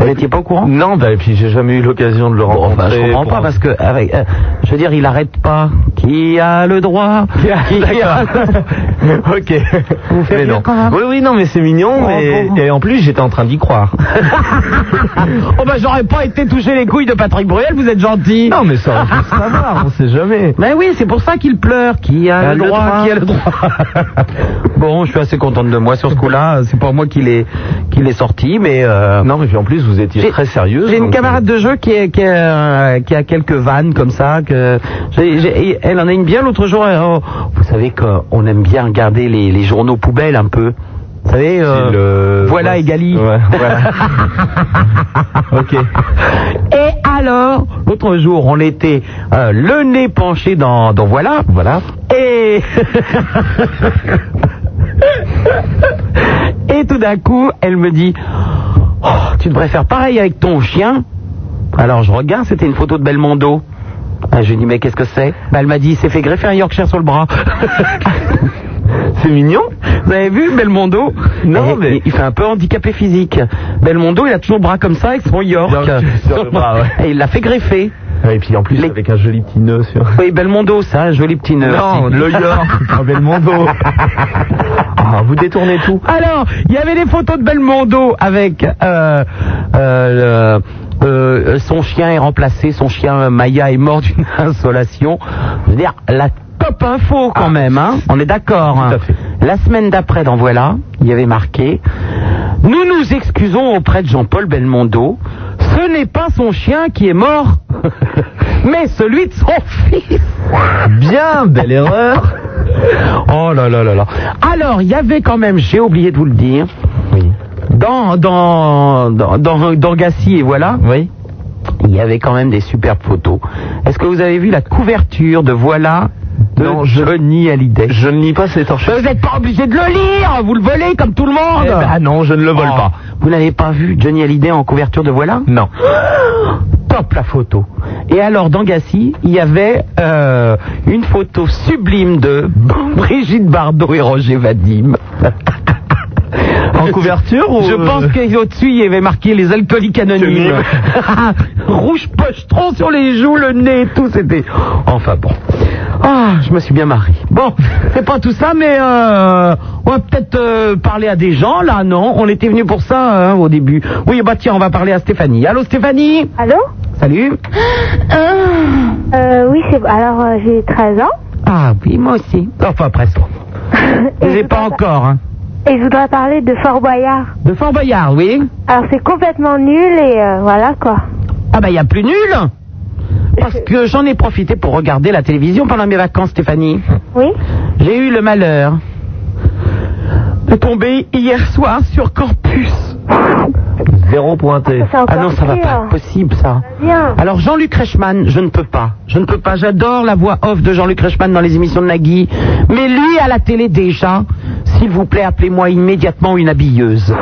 Vous n'étiez pas au courant Non, bah, et puis j'ai jamais eu l'occasion de le Bon, rencontrer. enfin, je comprends pour- pas parce que, avec, euh, je veux dire, il arrête pas. Qui a le droit D'accord. ok. Vous faites Mais bien non. quand même. Oui, oui, non, mais c'est mignon. Oh, mais- bon. Et en plus, j'étais en train d'y croire. Oh ben j'aurais pas été toucher les couilles de Patrick Bruel, vous êtes gentil. non, mais ça, ça va, on sait jamais. Mais oui, c'est pour ça qu'il pleure. Qui a Euh, Ben, le, le droit, droit. Qui a le droit Bon, je suis assez contente de moi sur ce coup-là. C'est pas moi qui l'ai qui l'ai sorti, mais. euh, Non, mais puis en plus, vous étiez J'ai- très sérieuse. J'ai une donc- camarade de jeu qui, est- qui, est, euh, qui a quelques vannes comme ça. Que j'ai- j'ai- elle en a une bien l'autre jour. elle- oh, vous savez qu'on aime bien regarder les, les journaux poubelles un peu. Vous savez, euh, Style, euh, voilà ouais. Egali. Ouais, ouais. ok. Et alors, l'autre jour, on était euh, le nez penché dans, dans voilà, voilà. Et et tout d'un coup, elle me dit, Oh, tu devrais faire pareil avec ton chien. Alors je regarde, c'était une photo de Belmondo. Ah, je lui dis mais qu'est-ce que c'est Bah, Elle m'a dit il s'est fait greffer un Yorkshire sur le bras. C'est mignon. Vous avez vu Belmondo Non, Et- mais- et- il fait un peu handicapé physique. Belmondo, il a toujours le bras comme ça avec son York. York sur le bras, ouais. Et il l'a fait greffer. Et puis en plus, Les- avec un joli petit nœud sur. Oui, Belmondo, ça, un joli petit nœud. Non, Si. le York, un Belmondo. Ah, vous détournez tout. Alors, il y avait des photos de Belmondo avec euh, euh, le- euh, son chien est remplacé, son chien euh, Maya est mort d'une insolation. Je veux dire, la top info quand même, hein. On est d'accord. hein. à fait. La semaine d'après, dans voilà, il y avait marqué. Nous nous excusons auprès de Jean-Paul Belmondo. Ce n'est pas son chien qui est mort, mais celui de son fils. Bien, belle erreur. Oh là là là là. Alors, il y avait quand même, j'ai oublié de vous le dire, Oui. dans, dans, dans, dans, dans Gassi et voilà, Oui. il y avait quand même des superbes photos. Est-ce que vous avez vu la couverture de Voilà de Non, je- Johnny Hallyday Je ne lis pas ces torches. Vous n'êtes pas obligé de le lire, vous le volez comme tout le monde. Eh Ah ben non, je ne le vole Oh, pas. Vous n'avez pas vu Johnny Hallyday en couverture de Voilà Non. top la photo. Et alors dans Gassi, il y avait euh, une photo sublime de Brigitte Bardot et Roger Vadim. En couverture ou euh, euh, Je pense qu'au-dessus, il y avait marqué les alcooliques anonymes. Rouge pochetron sur les joues, le nez, tout, c'était... Enfin bon. Ah, je me suis bien marié. Bon, c'est pas tout ça, mais euh, on va peut-être euh, parler à des gens, là, non On était venu pour ça hein, au début. Oui, bah tiens, on va parler à Stéphanie. Allô, Stéphanie Allô Salut euh, Oui, c'est. Alors, euh, j'ai 13 ans. Ah oui, moi aussi. Enfin, presque. Je les ai je pas dois pas- encore, hein. Et je voudrais parler de Fort Boyard. De Fort Boyard, oui Alors, c'est complètement nul et euh, voilà quoi. Ah bah, il y a plus nul Parce que j'en ai profité pour regarder la télévision pendant mes vacances, Stéphanie. Oui J'ai eu le malheur de tomber hier soir sur Campus. Zéro pointé. C'est encore Ah non, ça va pire. pas être possible, ça. Bien. Alors Jean-Luc Reichmann, je ne peux pas. Je ne peux pas. J'adore la voix off de Jean-Luc Reichmann dans les émissions de Nagui. Mais lui, à la télé déjà, s'il vous plaît, appelez-moi immédiatement une habilleuse.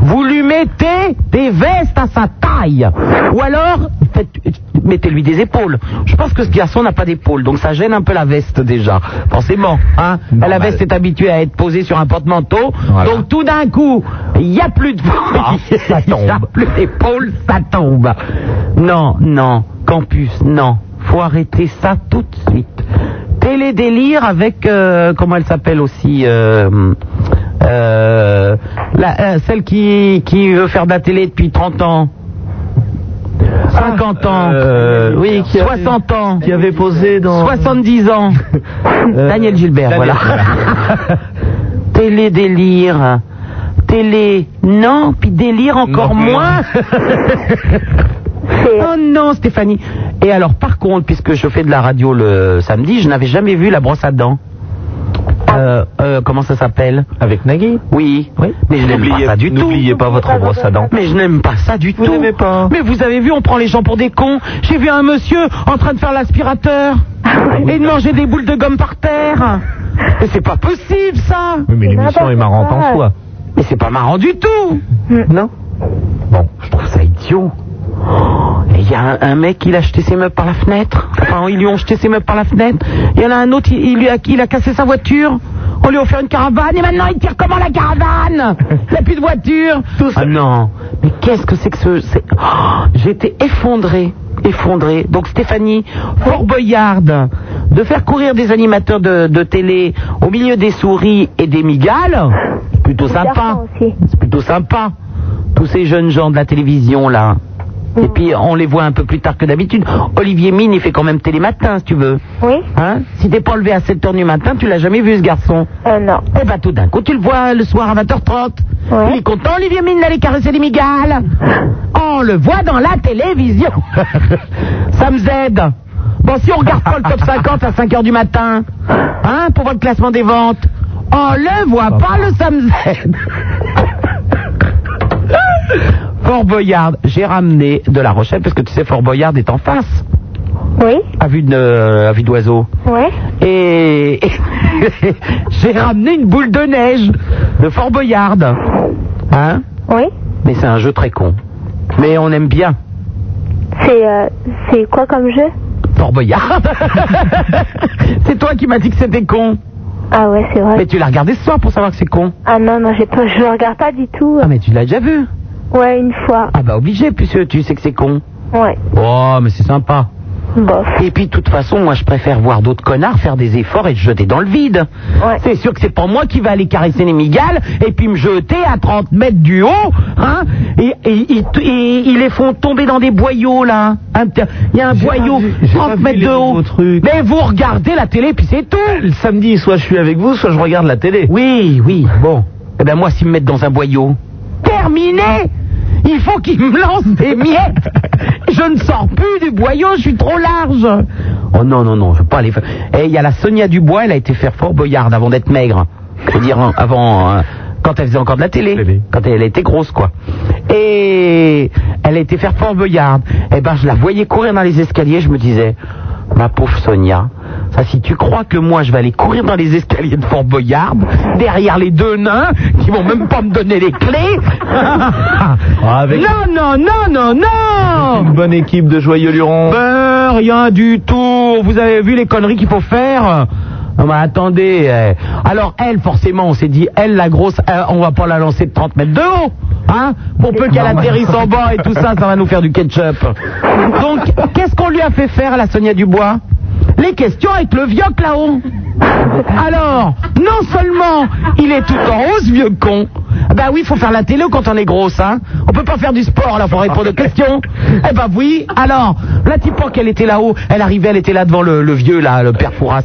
Vous lui mettez des vestes à sa taille. Ou alors, faites- mettez-lui des épaules. Je pense que ce garçon n'a pas d'épaules, donc ça gêne un peu la veste déjà. Forcément, hein. La Normal. veste est habituée à être posée sur un porte-manteau. Voilà. Ah. Donc tout d'un coup, il n'y a plus de ça Il y a tombe. Ah, plus d'épaule, ça tombe. Non, non, campus, non. Faut arrêter ça tout de suite. Télédélire avec, euh, comment elle s'appelle aussi euh, euh, la- euh, Celle qui, qui veut faire de la télé depuis 30 ans. 50 ans. Ah, euh, oui, qui a- 60 ans. Qui avait posé dans... Euh, 70 ans. Daniel Gilbert, Daniel, voilà. Télé délire. Télé, non, puis délire encore Non. moins. oh non, Stéphanie. Et alors, par contre, puisque je fais de la radio le samedi, je n'avais jamais vu la brosse à dents. Euh, euh, comment ça s'appelle Avec Nagui Oui. Oui. Mais je n'aime pas N'oubliez ça du tout. n'oubliez pas votre brosse à dents. Mais je n'aime pas ça du tout. n'aimez pas. Mais vous avez vu, on prend les gens pour des cons. J'ai vu un monsieur en train de faire l'aspirateur Ah et de manger des boules de gomme par terre. Mais c'est pas possible ça. Oui, mais l'émission est marrante en soi. Mais c'est pas marrant du tout. Non Bon, je trouve ça idiot. Oh, et Il y a un, un mec, il a jeté ses meubles par la fenêtre. Enfin, ils lui ont jeté ses meubles par la fenêtre. Il y en a un autre, il, il lui a, il a cassé sa voiture. On lui a offert une caravane et maintenant il tire comment la caravane Il n'a plus de voiture. Ah non, mais qu'est-ce que c'est que ce... c'est- Oh, J'ai été effondré, effondré. Donc Stéphanie, Fort Boyard, de faire courir des animateurs de, de télé au milieu des souris et des migales, c'est plutôt sympa. garçons aussi. C'est plutôt sympa. Tous ces jeunes gens de la télévision, là. Et puis, on les voit un peu plus tard que d'habitude. Olivier Mine, il fait quand même télématin, si tu veux. Oui Hein Si t'es pas levé à 7h du matin, tu l'as jamais vu, ce garçon. Euh, non. Eh ben, tout d'un coup, tu le vois le soir à 20h30. Ouais. Il est content, Olivier Mine, d'aller caresser les migales. On le voit dans la télévision. Ça me aide. Bon, si on regarde pas le top 50 à 5h du matin, hein, pour votre classement des ventes, on le voit pas, le ça me aide. Fort Boyard, j'ai ramené de La Rochelle, parce que tu sais, Fort Boyard est en face, Oui à vue de- euh, à vue d'oiseau. Ouais Et j'ai ramené une boule de neige de Fort Boyard. Hein Oui Mais c'est un jeu très con. Mais on aime bien C'est euh, c'est quoi comme jeu Fort Boyard. c'est toi qui m'as dit que c'était con. Ah ouais, c'est vrai. Mais tu l'as regardé ce soir pour savoir que c'est con. Ah non, non, j'ai pas, je le regarde pas du tout. Ah mais tu l'as déjà vu. Ouais, une fois. Ah bah obligé puisque tu sais que c'est con. Ouais. Oh mais c'est sympa. Bof. Et puis, de toute façon, moi, je préfère voir d'autres connards faire des efforts et se jeter dans le vide. Ouais. C'est sûr que c'est pas moi qui vais aller caresser les migales et puis me jeter à 30 mètres du haut, hein, et, et- et- et ils les font tomber dans des boyaux, là. Un petit- Il y a un J'ai boyau pas vu- j'ai pas 30 vu mètres les de haut. nouveaux trucs. Mais vous regardez la télé, puis c'est tout. Le samedi, soit je suis avec vous, soit je regarde la télé. Oui, oui, bon. Eh ben, moi, s'ils me mettent dans un boyau, terminé Il faut qu'ils me lancent des miettes Je ne sors plus du boyau, je suis trop large Oh non, non, non, je veux pas aller faire... Eh, il y a la Sonia Dubois, elle a été faire Fort Boyard avant d'être maigre. Je veux dire, hein, avant... hein, quand elle faisait encore de la télé. Télé. Quand elle était grosse, quoi. Et elle a été faire Fort Boyard. Eh ben, je la voyais courir dans les escaliers, je me disais... Ma pauvre Sonia, ça si tu crois que moi je vais aller courir dans les escaliers de Fort Boyard, derrière les deux nains qui vont même pas me donner les clés. Ah, avec- Non, non, non, non, non Une bonne équipe de joyeux lurons. Ben, rien du tout. Vous avez vu les conneries qu'il faut faire Non mais attendez. euh, Alors elle, forcément, on s'est dit, elle la grosse, euh, on va pas la lancer de 30 mètres de haut, hein Pour peu qu'elle atterrisse en bas et tout ça, ça va nous faire du ketchup. Donc, qu'est-ce qu'on lui a fait faire à la Sonia Dubois Les questions avec le vieux là-haut. Alors, non seulement il est tout en rose, vieux con. Bah oui, faut faire la télé quand on est grosse, hein. On peut pas faire du sport, là, faut répondre aux questions. Eh bah oui, alors, la typo qu'elle était là-haut, elle arrivait, elle était là devant le, le vieux, là, le père Fouras.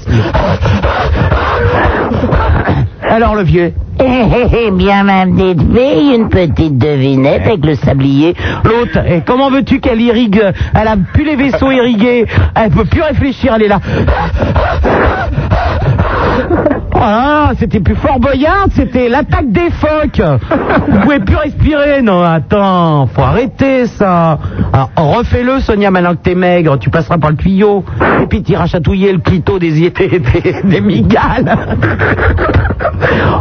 Alors le vieux, Eh, eh, eh bien, ma petite fille, une petite devinette avec le sablier. l'autre, et comment veux-tu qu'elle irrigue Elle a plus les vaisseaux irrigués, elle peut plus réfléchir, elle est là. Ah, c'était plus fort Boyard, c'était l'attaque des phoques. Vous pouvez plus respirer, non Attends, faut arrêter ça. Alors, refais-le, Sonia, maintenant que t'es maigre, tu passeras par le tuyau et puis t'iras chatouiller le clito des yé- des, des, des migales.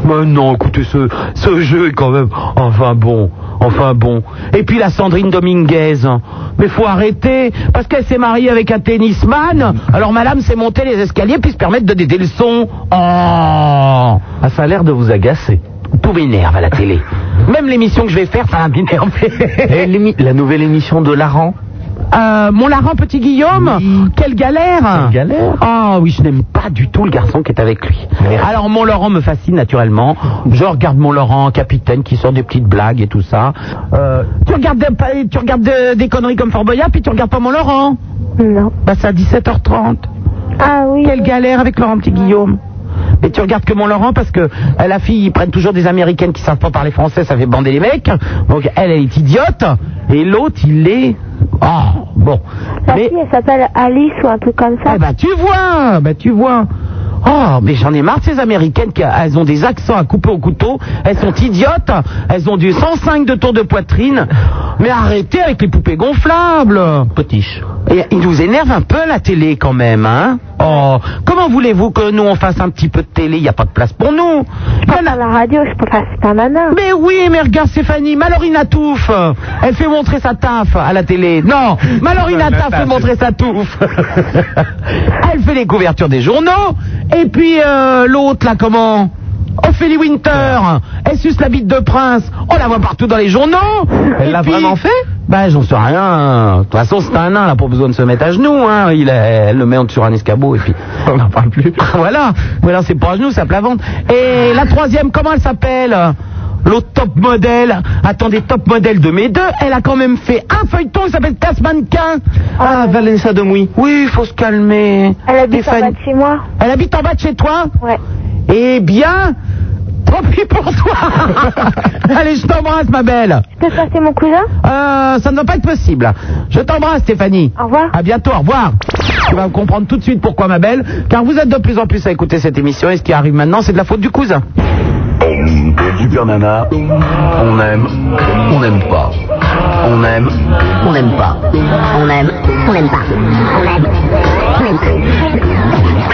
Mais non, écoutez, ce, ce jeu est quand même enfin bon, enfin bon. Et puis la Sandrine Dominguez. hein. Mais faut arrêter, parce qu'elle s'est mariée avec un tennisman, alors madame s'est montée les escaliers puis se permettre de donner le son. Oh Ah, ça a l'air de vous agacer. Tout m'énerve à la télé. Même l'émission que je vais faire, ça va m'énerver. Et l'émi- la nouvelle émission de Laran Euh, mon larron petit Guillaume, quelle galère Quelle galère. Ah oui, je n'aime pas du tout le garçon qui est avec lui. Alors mon Laurent me fascine naturellement. Je regarde mon Laurent, capitaine, qui sort des petites blagues et tout ça. Euh, tu regardes, de- pas- tu regardes de- des conneries comme Fort Boyard, puis tu regardes pas mon Laurent. Non. Bah c'est à 17h30. Ah oui. Quelle galère avec Laurent Petit Guillaume. Mais tu regardes que mon Laurent parce que euh, la fille, ils prennent toujours des américaines qui savent pas parler français, ça fait bander les mecs. Donc elle, elle est idiote. Et l'autre, il est. Oh, bon. Sa Mais. fille, elle s'appelle Alice ou un truc comme ça. Eh ben, tu vois, ben, tu vois. Oh, mais j'en ai marre de ces américaines qui elles ont des accents à couper au couteau. Elles sont idiotes. Elles ont du 105 de tour de poitrine. Mais arrêtez avec les poupées gonflables. Potiche. Et il nous énerve un peu la télé quand même, hein Oh, comment voulez-vous que nous on fasse un petit peu de télé Il n'y a pas de place pour nous. Il y en À a- la radio, je pense que c'est pas nana. Mais oui, mais regarde Stéphanie, Malorina Touffe, elle fait montrer sa taffe à la télé. Non, Malorina Touffe fait montrer sa touffe. elle fait les couvertures des journaux. Et puis euh, l'autre là, comment Ophélie Winter, elle suce la bite de prince, on la voit partout dans les journaux. Elle Et l'a puis- vraiment fait ben, j'en sais rien. De toute façon, c'est un nain, là, pas besoin de se mettre à genoux, hein. Il, euh, elle le met sur un escabeau et puis. On n'en parle plus. voilà. Voilà, c'est pas à genoux, ça la vente. Et la troisième, comment elle s'appelle L'autre top modèle. Attendez, top modèle de mes deux. Elle a quand même fait un feuilleton qui s'appelle Casse Mannequin. Ah, Vanessa Demouy. Oui, il faut se calmer. Elle habite en bas Stéphanie. de chez moi. Elle habite en bas de chez toi Ouais. Eh bien, tant pis pour toi. Allez, je t'embrasse, ma belle. Je peux passer mon cousin Euh, ça ne va pas être possible. Je t'embrasse, Stéphanie. Au revoir. À bientôt, au revoir. Tu vas comprendre tout de suite pourquoi, ma belle, car vous êtes de plus en plus à écouter cette émission et ce qui arrive maintenant, c'est de la faute du cousin. Super Nana, on aime, on n'aime pas. On aime, On n'aime pas. On aime. On n'aime pas. On aime. On n'aime pas.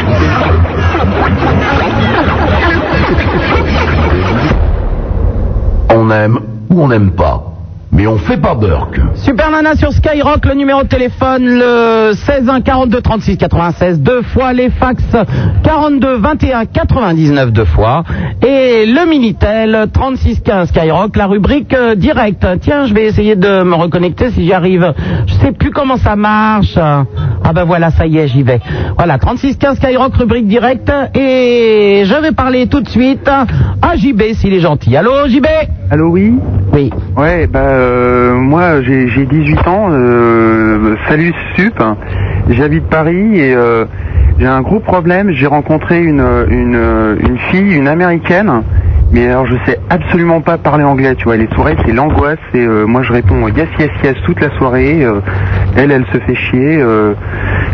on aime ou on n'aime pas. Mais on fait pas Burke. Super Nana sur Skyrock, le numéro de téléphone, le 16 1 42 36 96, deux fois les fax 42 21 99, deux fois, et le Minitel 36 15 Skyrock, la rubrique euh, direct. Tiens, je vais essayer de me reconnecter si j'y arrive. Je sais plus comment ça marche. Ah ben voilà, ça y est, j'y vais. Voilà, 36 15 Skyrock, rubrique direct, et je vais parler tout de suite à JB s'il est gentil. Allô JB Allô, oui Oui. Ouais, bah, euh, moi, j'ai j'ai 18 ans. euh, salut, Sup. J'habite Paris et euh, j'ai un gros problème. J'ai rencontré une, une, une fille, une américaine. Mais alors, je sais absolument pas parler anglais, tu vois. Les soirées, c'est l'angoisse. Et euh, moi, je réponds yes, yes, yes toute la soirée. euh, elle, elle se fait chier. euh,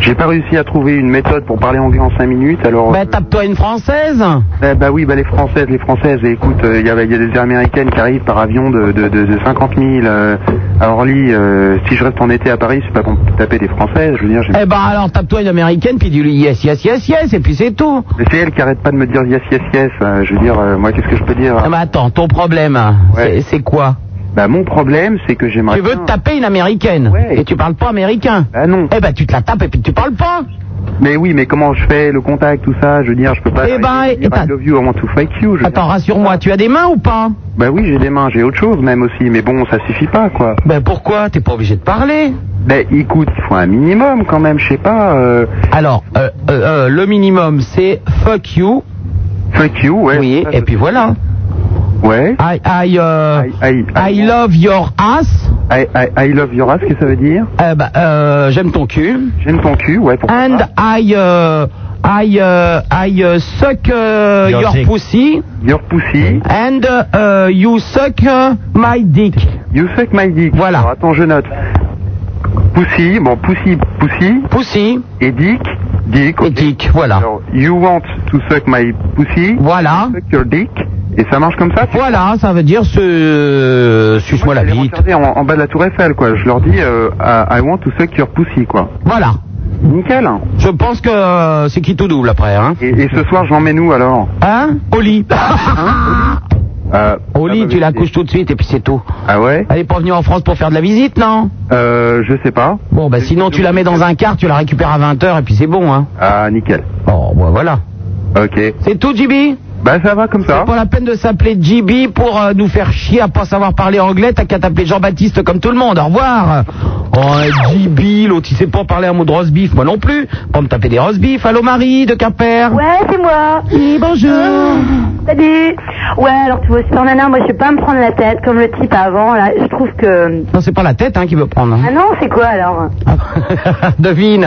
j'ai pas réussi à trouver une méthode pour parler anglais en 5 minutes. Alors, Ben tape-toi une française eh bah oui, bah les Françaises, les Françaises, et écoute, il y, a, y a des Américaines qui arrivent par avion de, de, de, de 50 000 euh, à Orly. euh, si je reste en été à Paris, c'est pas bon de taper des Françaises, je veux dire. j'ai- Eh ben alors tape-toi une américaine puis dis-lui yes yes yes yes et puis c'est tout. Mais C'est elle qui arrête pas de me dire yes, yes, yes. euh, je veux dire, euh, moi, qu'est-ce que je peux dire Non mais Eh ben, attends, ton problème, hein, Ouais. c'est- c'est quoi Bah mon problème, c'est que j'aimerais... Tu veux bien- te taper une américaine Ouais. et tu parles pas américain. Ah non. Eh ben tu te la tapes et puis tu parles pas. Mais oui, mais comment je fais le contact, tout ça Je veux dire, je peux pas. Eh ben, arriver, dire, et t'as- I love you, I want to fight you. je veux Attends, dire. rassure-moi, tu as des mains ou pas Bah oui, j'ai des mains, j'ai autre chose même aussi, mais bon, ça suffit pas, quoi. Ben pourquoi T'es pas obligé de parler. Bah, Ben écoute, il faut un minimum quand même, je sais pas. euh, Alors, euh, euh, euh, le minimum, c'est fuck you. Fuck you, ouais. Oui, eh. et puis voilà. Ouais. I, I, euh, I, I love your ass. I, I, I love your ass, qu'est-ce que ça veut dire Eh ben, euh, j'aime ton cul. J'aime ton cul, ouais, pourquoi And pas. I, euh, I, euh, I euh, suck euh, Your your, dick. pussy. Your pussy, And euh, you suck euh, my dick. you suck my dick. Voilà. Alors attends, je note. Pussy, bon, pussy, pussy, Pussy et dick, dick, et ok. dick, voilà. Alors, you want to suck my pussy, Voilà, suck your dick, et ça marche comme ça tu- voilà, ça veut dire ce... suce-moi la Allez bite. regarder en, en bas de la tour Eiffel, quoi. Je leur dis, euh, I I want to suck your pussy, quoi. Voilà. Nickel. Je pense que euh, c'est qui tout double après, hein Et, et ce soir, j'emmène où alors Hein Au lit. Euh, Au ah lit, bah, tu oui, la oui. couches tout de suite et puis c'est tout. Ah ouais Elle est pas venue en France pour faire de la visite, non Euh, je sais pas. Bon, bah sinon tu la mets dans un quart, tu la récupères à 20h et puis c'est bon, hein Ah, nickel. Oh, bah voilà. Ok. C'est tout, JB Bah, ça va comme ça. C'est pas la peine de s'appeler JB pour euh, nous faire chier à pas savoir parler anglais. T'as qu'à t'appeler Jean-Baptiste comme tout le monde. Au revoir. Oh, euh, JB, l'autre, il sait pas parler un mot de roast beef. Moi non plus. Pas me taper des roast beef. Allô, Marie de Quimper. Ouais, c'est moi. Oui, bonjour. Salut. Ouais, alors tu vois, super nana, moi je vais pas me prendre la tête comme le type avant. Là, je trouve que. Non, c'est pas la tête hein, qui veut prendre. Ah non, c'est quoi alors Devine.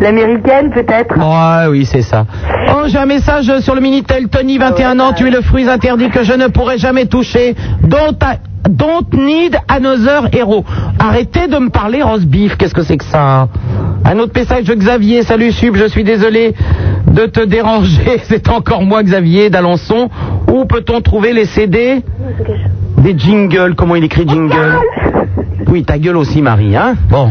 L'américaine peut-être. Ouais, oui, c'est ça. Oh, j'ai un message sur le Minitel. Tony, 21 ans, tu es le fruit interdit que je ne pourrai jamais toucher. Don't, I- don't need another hero. Arrêtez de me parler roast beef. Qu'est-ce que c'est que ça hein? Un autre message de Xavier. Salut Sub, je suis désolé de te déranger. C'est encore moi, Xavier d'Alençon. Où peut-on trouver les CD Des jingles. Comment il écrit jingle Oui, ta gueule aussi, Marie. Hein bon.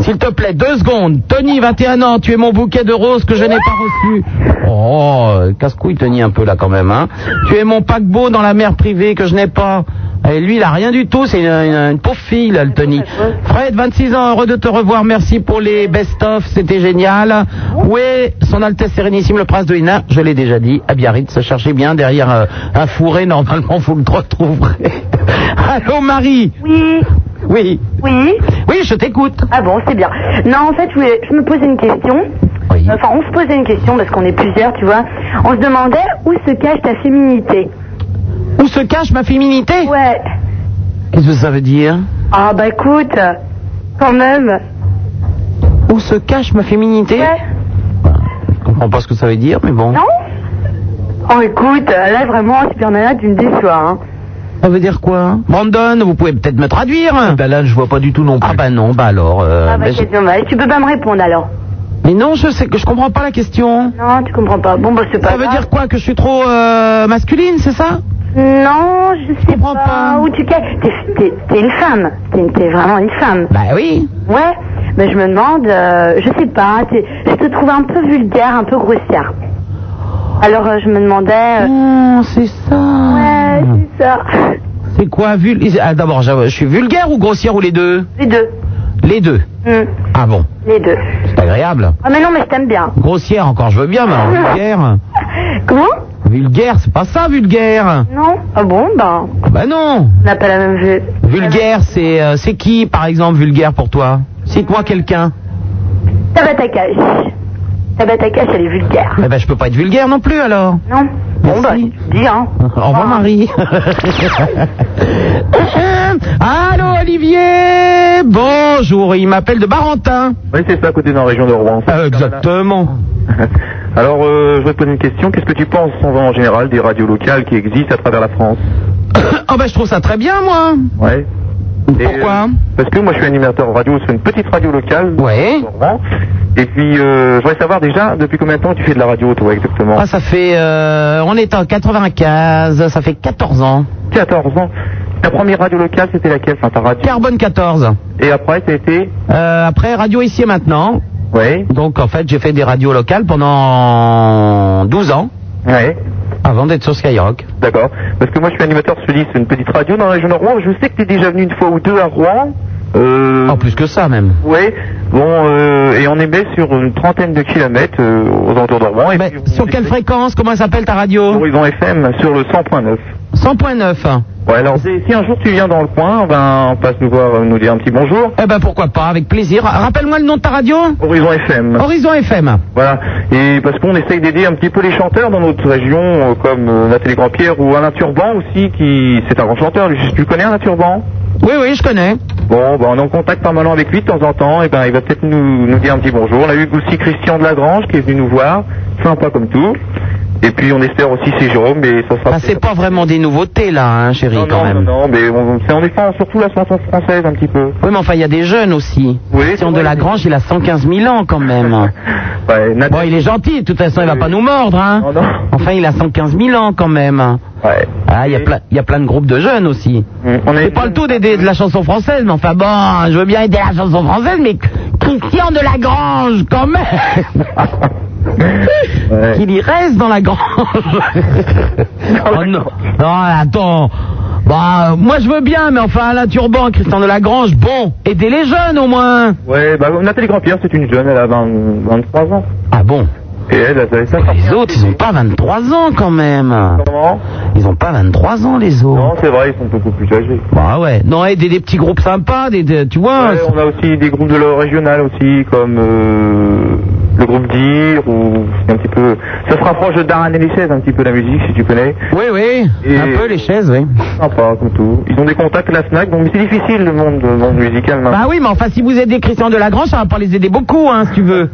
S'il te plaît, deux secondes. Tony, 21 ans, tu es mon bouquet de roses que je n'ai pas reçu. Oh, euh, casse-couille, Tony, un peu là quand même. Hein. Tu es mon paquebot dans la mer privée que je n'ai pas. Et lui, il a rien du tout. C'est une, une- une pauvre fille, là, le Tony. Fred, 26 ans, heureux de te revoir. Merci pour les best-of. C'était génial. Où est son Altesse Sérénissime, le prince de Hénin Je l'ai déjà dit. À Biarritz, cherchez bien derrière euh, un fourré. Normalement, vous le retrouverez. Allô, Marie Oui. Oui. Oui. Oui, je t'écoute. Ah bon, c'est bien. Non, en fait, je, voulais- je me posais une question. Oui. Enfin, on se posait une question parce qu'on est plusieurs, tu vois. On se demandait où se cache ta féminité. Où se cache ma féminité Ouais. Qu'est-ce que ça veut dire Ah bah écoute, quand même. Où se cache ma féminité Ouais. Bah, Je comprends pas ce que ça veut dire, mais bon. Non Oh écoute, là vraiment, Super Nana, tu me déçois. Hein. Ça veut dire quoi hein Brandon, vous pouvez peut-être me traduire Ben là, je vois pas du tout non plus. Ah ben non, bah alors. euh, ah bah ben je- c'est dommage, tu peux pas me répondre alors. Mais non, je sais que je comprends pas la question. Non, tu comprends pas. Bon bah c'est pas Ça veut grave. dire quoi Que je suis trop euh, masculine, c'est ça Non, je sais comprends pas, pas. où tu caches. T'es, t'es- t'es une femme, t'es, t'es vraiment une femme. Bah oui. Ouais, mais je me demande, euh, je sais pas, t'es- je te trouve un peu vulgaire, un peu grossière. Alors euh, je me demandais... euh, Oh, c'est ça. ouais, c'est ça. C'est quoi vul... ah, D'abord, je je suis vulgaire ou grossière ou les deux Les deux. Les deux. Hmm, Ah bon, les deux. c'est agréable. Ah mais non, mais je t'aime bien. Grossière encore, je veux bien, mais alors vulgaire. Comment Vulgaire, c'est pas ça, vulgaire. Non Ah bon, ben, Bah non. on n'a pas la même vue. Vulgaire, c'est euh, c'est qui, par exemple, vulgaire pour toi Cite-moi quelqu'un. Tabata Cash. Tabata Cash, elle est vulgaire. Eh ben, je peux pas être vulgaire non plus, alors. Non Bon, bah, Merci. dis, hein. Au revoir, Marie. Allô, Olivier Bonjour, il m'appelle de Barentin. Oui, c'est ça, à côté dans la région de Rouen. Euh, exactement. Alors, euh, je voudrais te poser une question. Qu'est-ce que tu penses en, en général des radios locales qui existent à travers la France oh ben, je trouve ça très bien, moi. Ouais. Et, Pourquoi euh, Parce que moi, je suis animateur radio sur une petite radio locale Ouais. de Rouen. Et puis, euh, je voudrais savoir déjà, depuis combien de temps tu fais de la radio, toi, exactement Ah, ça fait... euh, on est en 95, ça fait 14 ans. 14 ans. Ta première radio locale, c'était laquelle Enfin, ta radio. Carbone 14. Et après, ça a été Euh, après, Radio Ici et Maintenant. Ouais. Donc, en fait, j'ai fait des radios locales pendant 12 ans, Ouais. avant d'être sur Skyrock. D'accord. Parce que moi, je suis animateur sur Lille, c'est une petite radio dans la région de Rouen. Euh, Je sais que tu es déjà venu une fois ou deux à Rouen. Oh, plus que ça même. Oui, bon, euh, et on émet sur une trentaine de kilomètres euh, aux alentours de Rouen. Et puis vous- Sur quelle fréquence Comment s'appelle ta radio Horizon FM sur le 100.9. 100.9. Ouais, alors si si un jour tu viens dans le coin, ben passe nous voir, euh, nous dire un petit bonjour. Eh ben pourquoi pas, avec plaisir. Rappelle-moi le nom de ta radio Horizon FM. Horizon FM. Voilà, et parce qu'on essaye d'aider un petit peu les chanteurs dans notre région, euh, comme euh, Nathalie Grandpierre ou Alain Turban aussi, qui c'est un grand chanteur. lui. Tu connais Alain Turban Oui, oui, je connais. Bon, ben, on est en contact permanent avec lui de temps en temps, et ben il va peut-être nous, nous dire un petit bonjour. On a eu aussi Christian de Lagrange qui est venu nous voir, sympa comme tout. Et puis on espère aussi c'est Jérôme, mais ça sera. Bah, c'est pas vraiment des nouveautés là, hein, chérie, non, quand non, même. non, non, mais on, c'est- on défend surtout la chanson française un petit peu. Oui, mais enfin, il y a des jeunes aussi. Oui, Christian de la Grange, il a 115 000 ans quand même. Ouais, bon, il est gentil, de toute façon, il va pas nous mordre. Hein. Oh. Enfin, il a 115 000 ans quand même. Ouais. Mm, Ah, il y a plein- il y a plein de groupes de jeunes aussi. C'est pas le tout d'aider de la chanson française, mais enfin bon, je veux bien aider la chanson française, mais Christian de la Grange quand même. Qu'il y reste dans la grange. oh non. Non, attends. Bah, euh, moi je veux bien, mais enfin, Alain Turban, Christian de Lagrange, bon, aidez les jeunes au moins. Ouais, bah Nathalie Grandpierre, c'est une jeune, elle a 20 23 ans. Ah bon Et elle, elle avait ça. Les autres, ils ont pas 23 ans quand même. Comment Ils ont pas 23 ans les autres. Non, c'est vrai, ils sont beaucoup plus âgés. Bah ouais. Non, aidez des petits groupes sympas, des, des- tu vois. Ouais, on a aussi des groupes de l'or régional aussi, comme euh, le groupe Dire ou c'est un petit peu. Ça se rapproche de Daran et les chaises un petit peu la musique si tu connais. Oui, oui. Un peu les chaises, oui. Sympa comme tout. Ils ont des contacts à la Fnac, donc mais c'est difficile le monde, le monde musical maintenant. Bah oui, mais enfin, si vous aidez Christian de Lagrange, ça va pas les aider beaucoup, hein, si tu veux.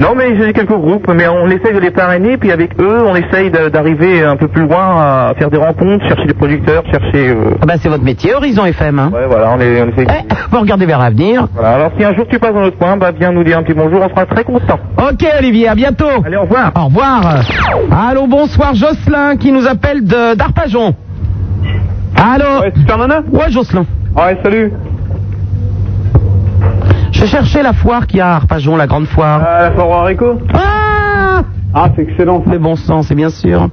Non mais j'ai quelques groupes, mais on essaye de les parrainer, puis avec eux on essaye d'a- d'arriver un peu plus loin à faire des rencontres, chercher des producteurs, chercher. euh, Ah bah c'est votre métier, Horizon FM. Hein. Eh, Ouais voilà, on, est, on essaye. Vous regardez vers l'avenir. Voilà, alors si un jour tu passes dans notre coin, bah viens nous dire un petit bonjour, on sera très content. Ok Olivier, à bientôt. Allez, au revoir. Au revoir. Allô, bonsoir Jocelyn qui nous appelle de d'Arpajon. Allô. Ouais, Super Ouais, Jocelyn. Ah Ouais, salut. Je cherchais la foire qu'il y a à Arpajon, la grande foire. Ah, la foire aux haricots Euh. Ah Ah, c'est excellent. Le bon sens, c'est bien sûr.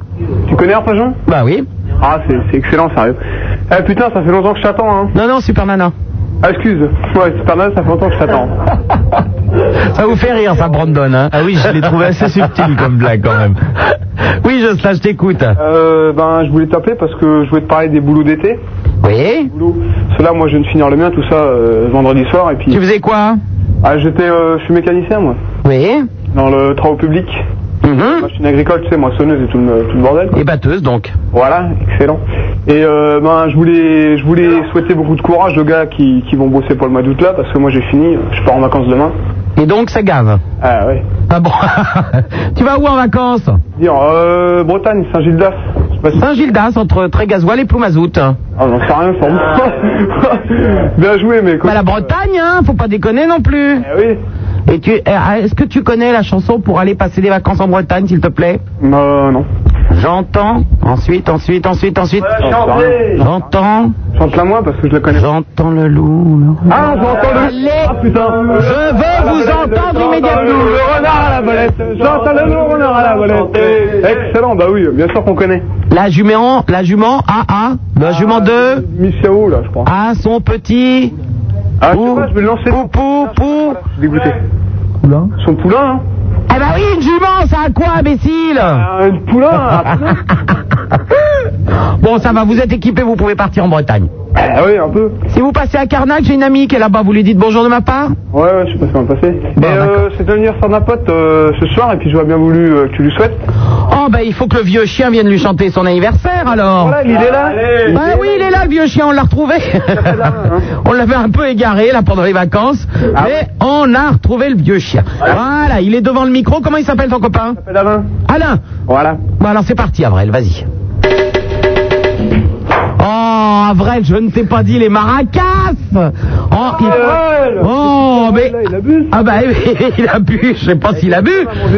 Tu connais Arpajon Bah oui. Ah, c'est c'est excellent, sérieux. Eh putain, ça fait longtemps que je t'attends, hein. Non, non, Super Nana. Ah, excuse. Ouais, c'est pas mal, ça fait longtemps que je t'attends. Ça vous fait rire, ça, Brandon. Hein ah oui, je l'ai trouvé assez subtil comme blague quand même. Oui, Jocelyn, je t'écoute. Ah. Euh, ben, je voulais t'appeler parce que je voulais te parler des boulots d'été. Oui. Boulot. Cela, moi, je viens de finir le mien, tout ça, euh, vendredi soir, et puis. Tu faisais quoi Ah, j'étais, euh, je suis mécanicien, moi. Oui. Dans le travaux public. Mhm. Moi, je suis une agricole, tu sais, moissonneuse et tout le, tout le bordel. quoi. Et batteuse, donc. Voilà, excellent. Et euh, ben, je voulais, je voulais souhaiter beaucoup de courage aux gars qui, qui vont bosser pour le mois d'août là, parce que moi, j'ai fini. Je pars en vacances demain. Et donc, ça gave. Ah ouais. Ah bon Tu vas où en vacances Dire, euh, Bretagne, Saint-Gildas. Je sais pas si- Saint-Gildas, entre Trégasoil et Ploumazout. Ah, j'en sais rien, formidable. Bien joué, mais quoi. Bah, la Bretagne, hein, faut pas déconner non plus. Eh oui. Et tu, eh, est-ce que tu connais la chanson pour aller passer des vacances en Bretagne, s'il te plaît Euh, non. J'entends, ensuite, ensuite, ensuite, ensuite. J'entends, Chante-la moi parce que je la connais. j'entends le loup. le- Ah, j'entends le. Allez, Ah putain. Ah, je veux vous entendre immédiatement. Le renard à la volette. J'entends le loup, renard à la volette. Excellent, bah oui, bien sûr qu'on connaît. La jument, la jument, ah ah, la jument 2, Michao là, je crois. ah son petit, Ah, je sais pou, pas, je vais le lancer. pou, pou, Ah, pou. Je suis dégoûté. Son poulain, hein Eh ben oui, une jument, ça a quoi, imbécile Ah, Un poulain ah, putain. Bon, ça va, vous êtes équipés, vous pouvez partir en Bretagne. Ah oui, un peu. Si vous passez à Carnac, j'ai une amie qui est là-bas, vous lui dites bonjour de ma part Ouais, ouais, je sais pas si on va passer. Bon, Mais euh, c'est l'anniversaire d'un pote euh, ce soir, et puis j'aurais bien voulu euh, que tu lui souhaites. Oh, ben il faut que le vieux chien vienne lui chanter son anniversaire alors Voilà, il Ah, est là. Ben oui, il est là, le vieux chien, on l'a hein. Ah retrouvé On l'avait un peu égaré là pendant les vacances, mais on a retrouvé le vieux chien. Voilà, il est devant le micro, comment Ah il s'appelle ton copain Appelle Alain. Alain Voilà. Bon alors c'est parti Avrel, vas-y. Oh Avrel, je ne t'ai pas dit les maracas Oh, il- Avrel oh mais... Ah, Là, il abuse. Ah bah il a bu, je sais Ah, pas s'il a bu.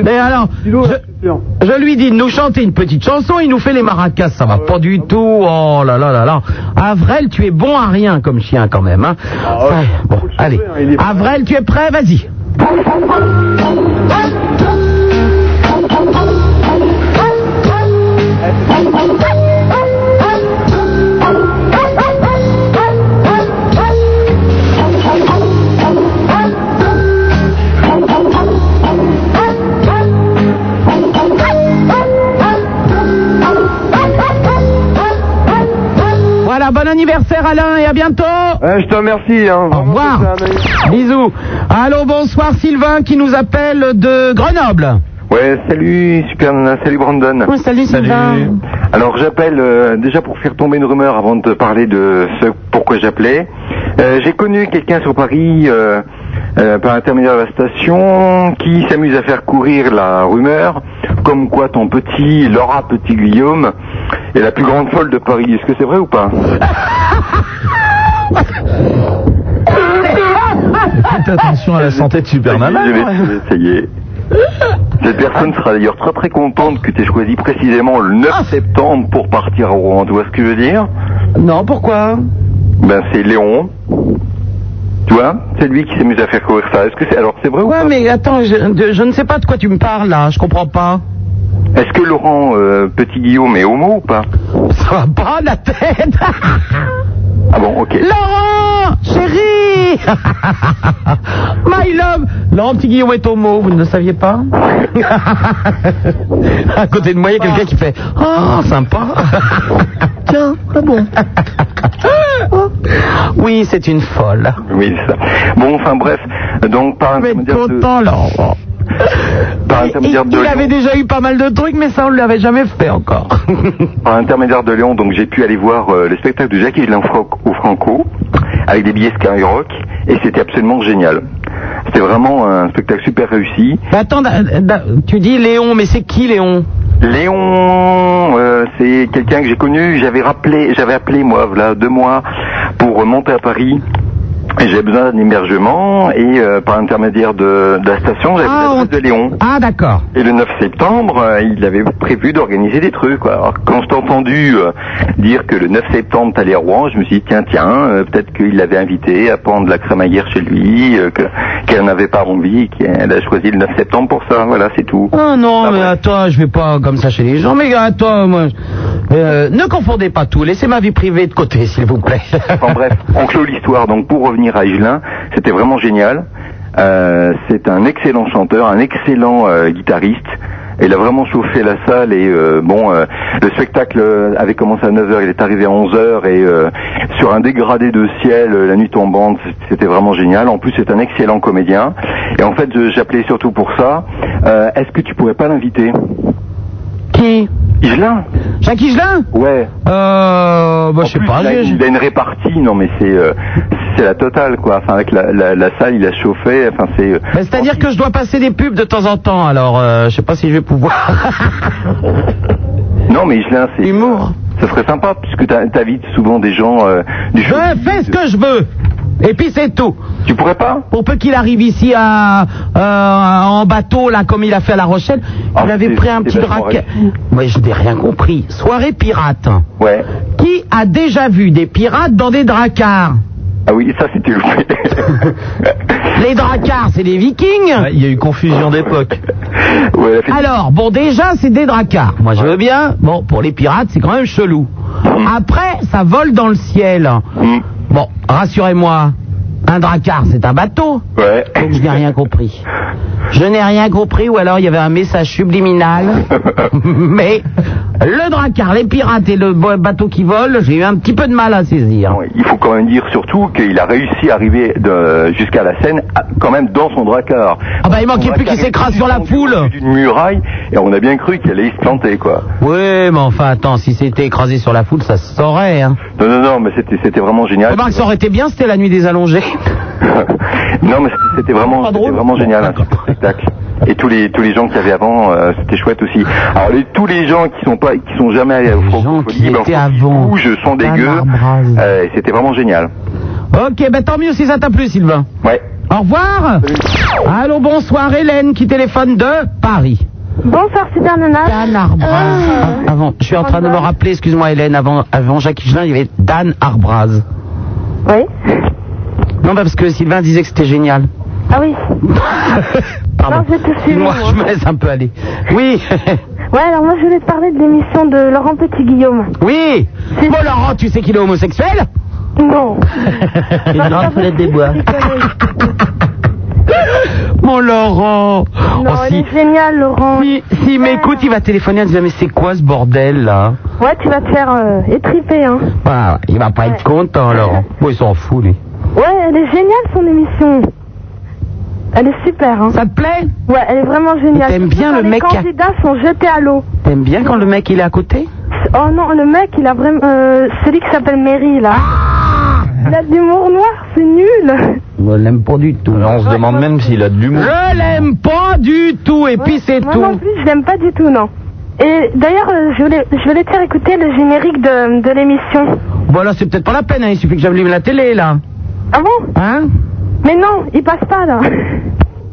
Mais alors, Dis-le, je, c'est sûr. je lui dis de nous chanter une petite chanson, il nous fait les maracas, ça Ah va pas du tout. Oh là là là là. Avrel, tu es bon à rien comme chien quand même. Hein. Ah ouais, Ça- bon, faut le allez. sauver, hein, il est pas- Avrel, tu es prêt Vas-y. Thank you. Bon anniversaire Alain et à bientôt Je te remercie. Au revoir. Bisous. Allô, bonsoir Sylvain qui nous appelle de Grenoble. Ouais, salut Super Nana, salut Brandon. Oui, salut, Sylvain. Alors j'appelle euh, déjà pour faire tomber une rumeur avant de te parler de ce pourquoi j'appelais. Euh, J'ai connu quelqu'un sur Paris euh, euh, par intermédiaire de la station qui s'amuse à faire courir la rumeur comme quoi ton petit Laura Petit Guillaume est la plus grande folle de Paris. Est-ce que c'est vrai ou pas Faites attention à la santé de Superman. Ah, Je vais- je vais essayer. Cette personne sera d'ailleurs très très contente que tu aies choisi précisément le 9 septembre pour partir à Rouen. Tu vois ce que je veux dire Non, pourquoi Ben c'est Léon. Tu vois C'est lui qui s'est mis à faire courir ça. Est-ce que c'est alors c'est vrai Ouais, mais attends, je, de- je ne sais pas de quoi tu me parles là, je comprends pas. ou- Est-ce que Laurent euh, Petit Guillaume est homo ou pas Ça va pas la tête Ah bon, ok. Laurent Chérie My love Laurent Petit Guillaume est homo, vous ne le saviez pas À côté de moi, il y a quelqu'un qui fait Oh, sympa Tiens, pas bon Oui, c'est une folle. Oui, c'est ça. Bon, enfin bref, donc par intermédiaire content, de... Laurent. Bah, Par intermédiaire de Il avait déjà eu pas mal de trucs, mais ça, on ne l'avait jamais fait encore. Par l'intermédiaire de Léon, donc j'ai pu aller voir euh, le spectacle de Jacques Higelin au Franco avec des billets Skyrock et c'était absolument génial. C'était vraiment un spectacle super réussi. Mais attends, da- da- tu dis Léon, mais c'est qui Léon Léon, euh, c'est quelqu'un que j'ai connu. J'avais rappelé, j'avais appelé moi, voilà deux mois pour euh, monter à Paris. Et J'ai besoin d'un hébergement et euh, par l'intermédiaire de, de la station, j'avais l'adresse de Léon. Ah, d'accord. Et le 9 septembre, euh, il avait prévu d'organiser des trucs. quoi. Alors, quand je t'ai entendu euh, dire que le 9 septembre, t'allais à Rouen, je me suis dit, tiens, tiens, euh, peut-être qu'il l'avait invité à prendre la crémaillère chez lui, euh, que- qu'elle n'avait pas envie, qu'elle a choisi le 9 septembre pour ça. Voilà, c'est tout. Ah non, mais attends, je vais pas comme ça chez les gens. Mais attends, moi, je- euh, ne confondez pas tout. Laissez ma vie privée de côté, s'il vous plaît. Enfin bref, on clôt l'histoire. Donc pour revenir à Higelin, c'était vraiment génial. Euh, c'est un excellent chanteur, un excellent euh, guitariste. Il a vraiment chauffé la salle et euh, bon, euh, le spectacle euh, avait commencé à 9h, il est arrivé à 11h et euh, sur un dégradé de ciel, euh, la nuit tombante, c'était vraiment génial. En plus, c'est un excellent comédien. Et en fait, je- j'appelais surtout pour ça. Euh, Est-ce que tu pourrais pas l'inviter Qui Higelin Jacques Higelin Ouais. Euh, bah, je sais pas. Il a, il a une répartie, non mais c'est euh, c'est la totale quoi. Enfin avec la, la, la salle, il a chauffé. Enfin c'est. euh, Bah, C'est-à-dire que je dois passer des pubs de temps en temps, alors euh, je sais pas si je vais pouvoir. Non mais Higelin, c'est. Humour. Ça serait sympa puisque t'as- t'invites souvent des gens euh, du. Je fais ce que je veux. Et puis c'est tout. Tu pourrais pas Pour peu qu'il arrive ici à, euh, en bateau, là, comme il a fait à La Rochelle, il avait pris un petit braquet. Moi, je n'ai rien compris. Soirée pirate. Ouais. Qui a déjà vu des pirates dans des dracars Ah oui, ça c'était loupé. Les dracars, c'est des vikings Ah, Il y a eu confusion d'époque. Alors, bon, déjà, c'est des dracars. Moi, je veux bien. Bon, pour les pirates, c'est quand même chelou. Après, ça vole dans le ciel. Hmm. Bon, rassurez-moi, un dracar, c'est un bateau. Ouais. Donc, je n'ai rien compris. Je n'ai rien compris, ou alors il y avait un message subliminal. Mais le dracar, les pirates et le bo- bateau qui vole, j'ai eu un petit peu de mal à saisir. Il faut quand même dire surtout qu'il a réussi à arriver de- jusqu'à la scène à- quand même dans son dracard. Ah bah, il manquait plus qu'il s'écrase sur la poule. D'une muraille et on a bien cru qu'il allait se planter quoi. Oui, mais enfin, attends, si c'était écrasé sur la foule, ça se saurait. Hein. Non non non mais c'était c'était vraiment génial. Remarque, Eh ben, ça aurait été bien, c'était la nuit des allongés. non, mais c'était- c'était vraiment, c'était vraiment génial, un super spectacle. Et tous les tous les gens qui avaient avant, euh, c'était chouette aussi. Alors les- tous les gens qui sont pas, qui sont jamais allés au Francofolie, ben, étaient en fait, ils avant. bougent, sont dégueux. Euh, et c'était vraiment génial. Ok, bah tant mieux si ça t'a plu, Sylvain. Ouais. Au revoir. Allô, bonsoir, Hélène qui téléphone de Paris. Bonsoir, Super Nana. Ah. Avant, je suis en train de me rappeler, excuse-moi, Hélène, avant, avant Jacques Higelin, il y avait Dan Arbraz. Oui. Non, bah, parce que Sylvain disait que c'était génial. Ah oui. Pardon. Non, j'ai tout suivi, moi, moi. je me laisse un peu aller. Oui. Ouais, alors moi je voulais te parler de l'émission de Laurent Petit-Guillaume. oui. Bon, Laurent, tu sais qu'il est homosexuel Non. Il est dans la toilette des bois. Mon Laurent, Oh, si- Génial, Laurent. si, si, mais écoute, il va téléphoner en disant mais c'est quoi ce bordel là Ouais, tu vas te faire euh, étriper, hein. Bah, il va pas être content alors. Bon, il s'en fout lui. Ouais, elle est géniale son émission. Elle est super, hein. Ça te plaît Ouais, elle est vraiment géniale. t'aimes Surtout bien quand le les mec qui a- candidats sont jetés à l'eau. T'aimes bien quand le mec il est à côté Oh non, le mec, il a vraiment. euh, celui qui s'appelle Mary, là. Ah! Il a de l'humour noir, c'est nul. On l'aime pas du Ah. tout. on se demande même s'il a de l'humour. Je l'aime pas du tout et puis c'est Moi tout. non plus, je l'aime pas du tout, non. Et d'ailleurs, euh, je voulais, je voulais te faire écouter le générique de, de l'émission. Bon là c'est peut-être pas la peine, hein, il suffit que j'allume la télé là. Ah bon Hein Mais non, il passe pas, là.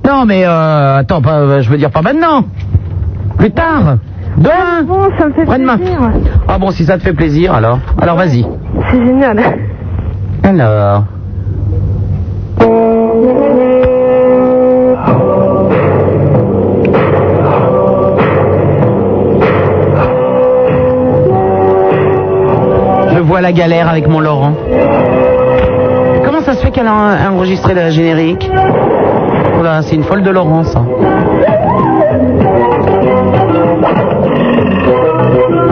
Non mais euh, attends, pas- euh, je veux dire pas maintenant. Plus tard. Demain. Bon, ça me fait Après-demain. plaisir. Ah bon, si ça te fait plaisir alors. Alors vas-y. C'est génial. Alors. Je vois la galère avec mon Laurent. Comment ça se fait qu'elle a en- enregistré le générique Oh là, c'est une folle de Laurent, ça.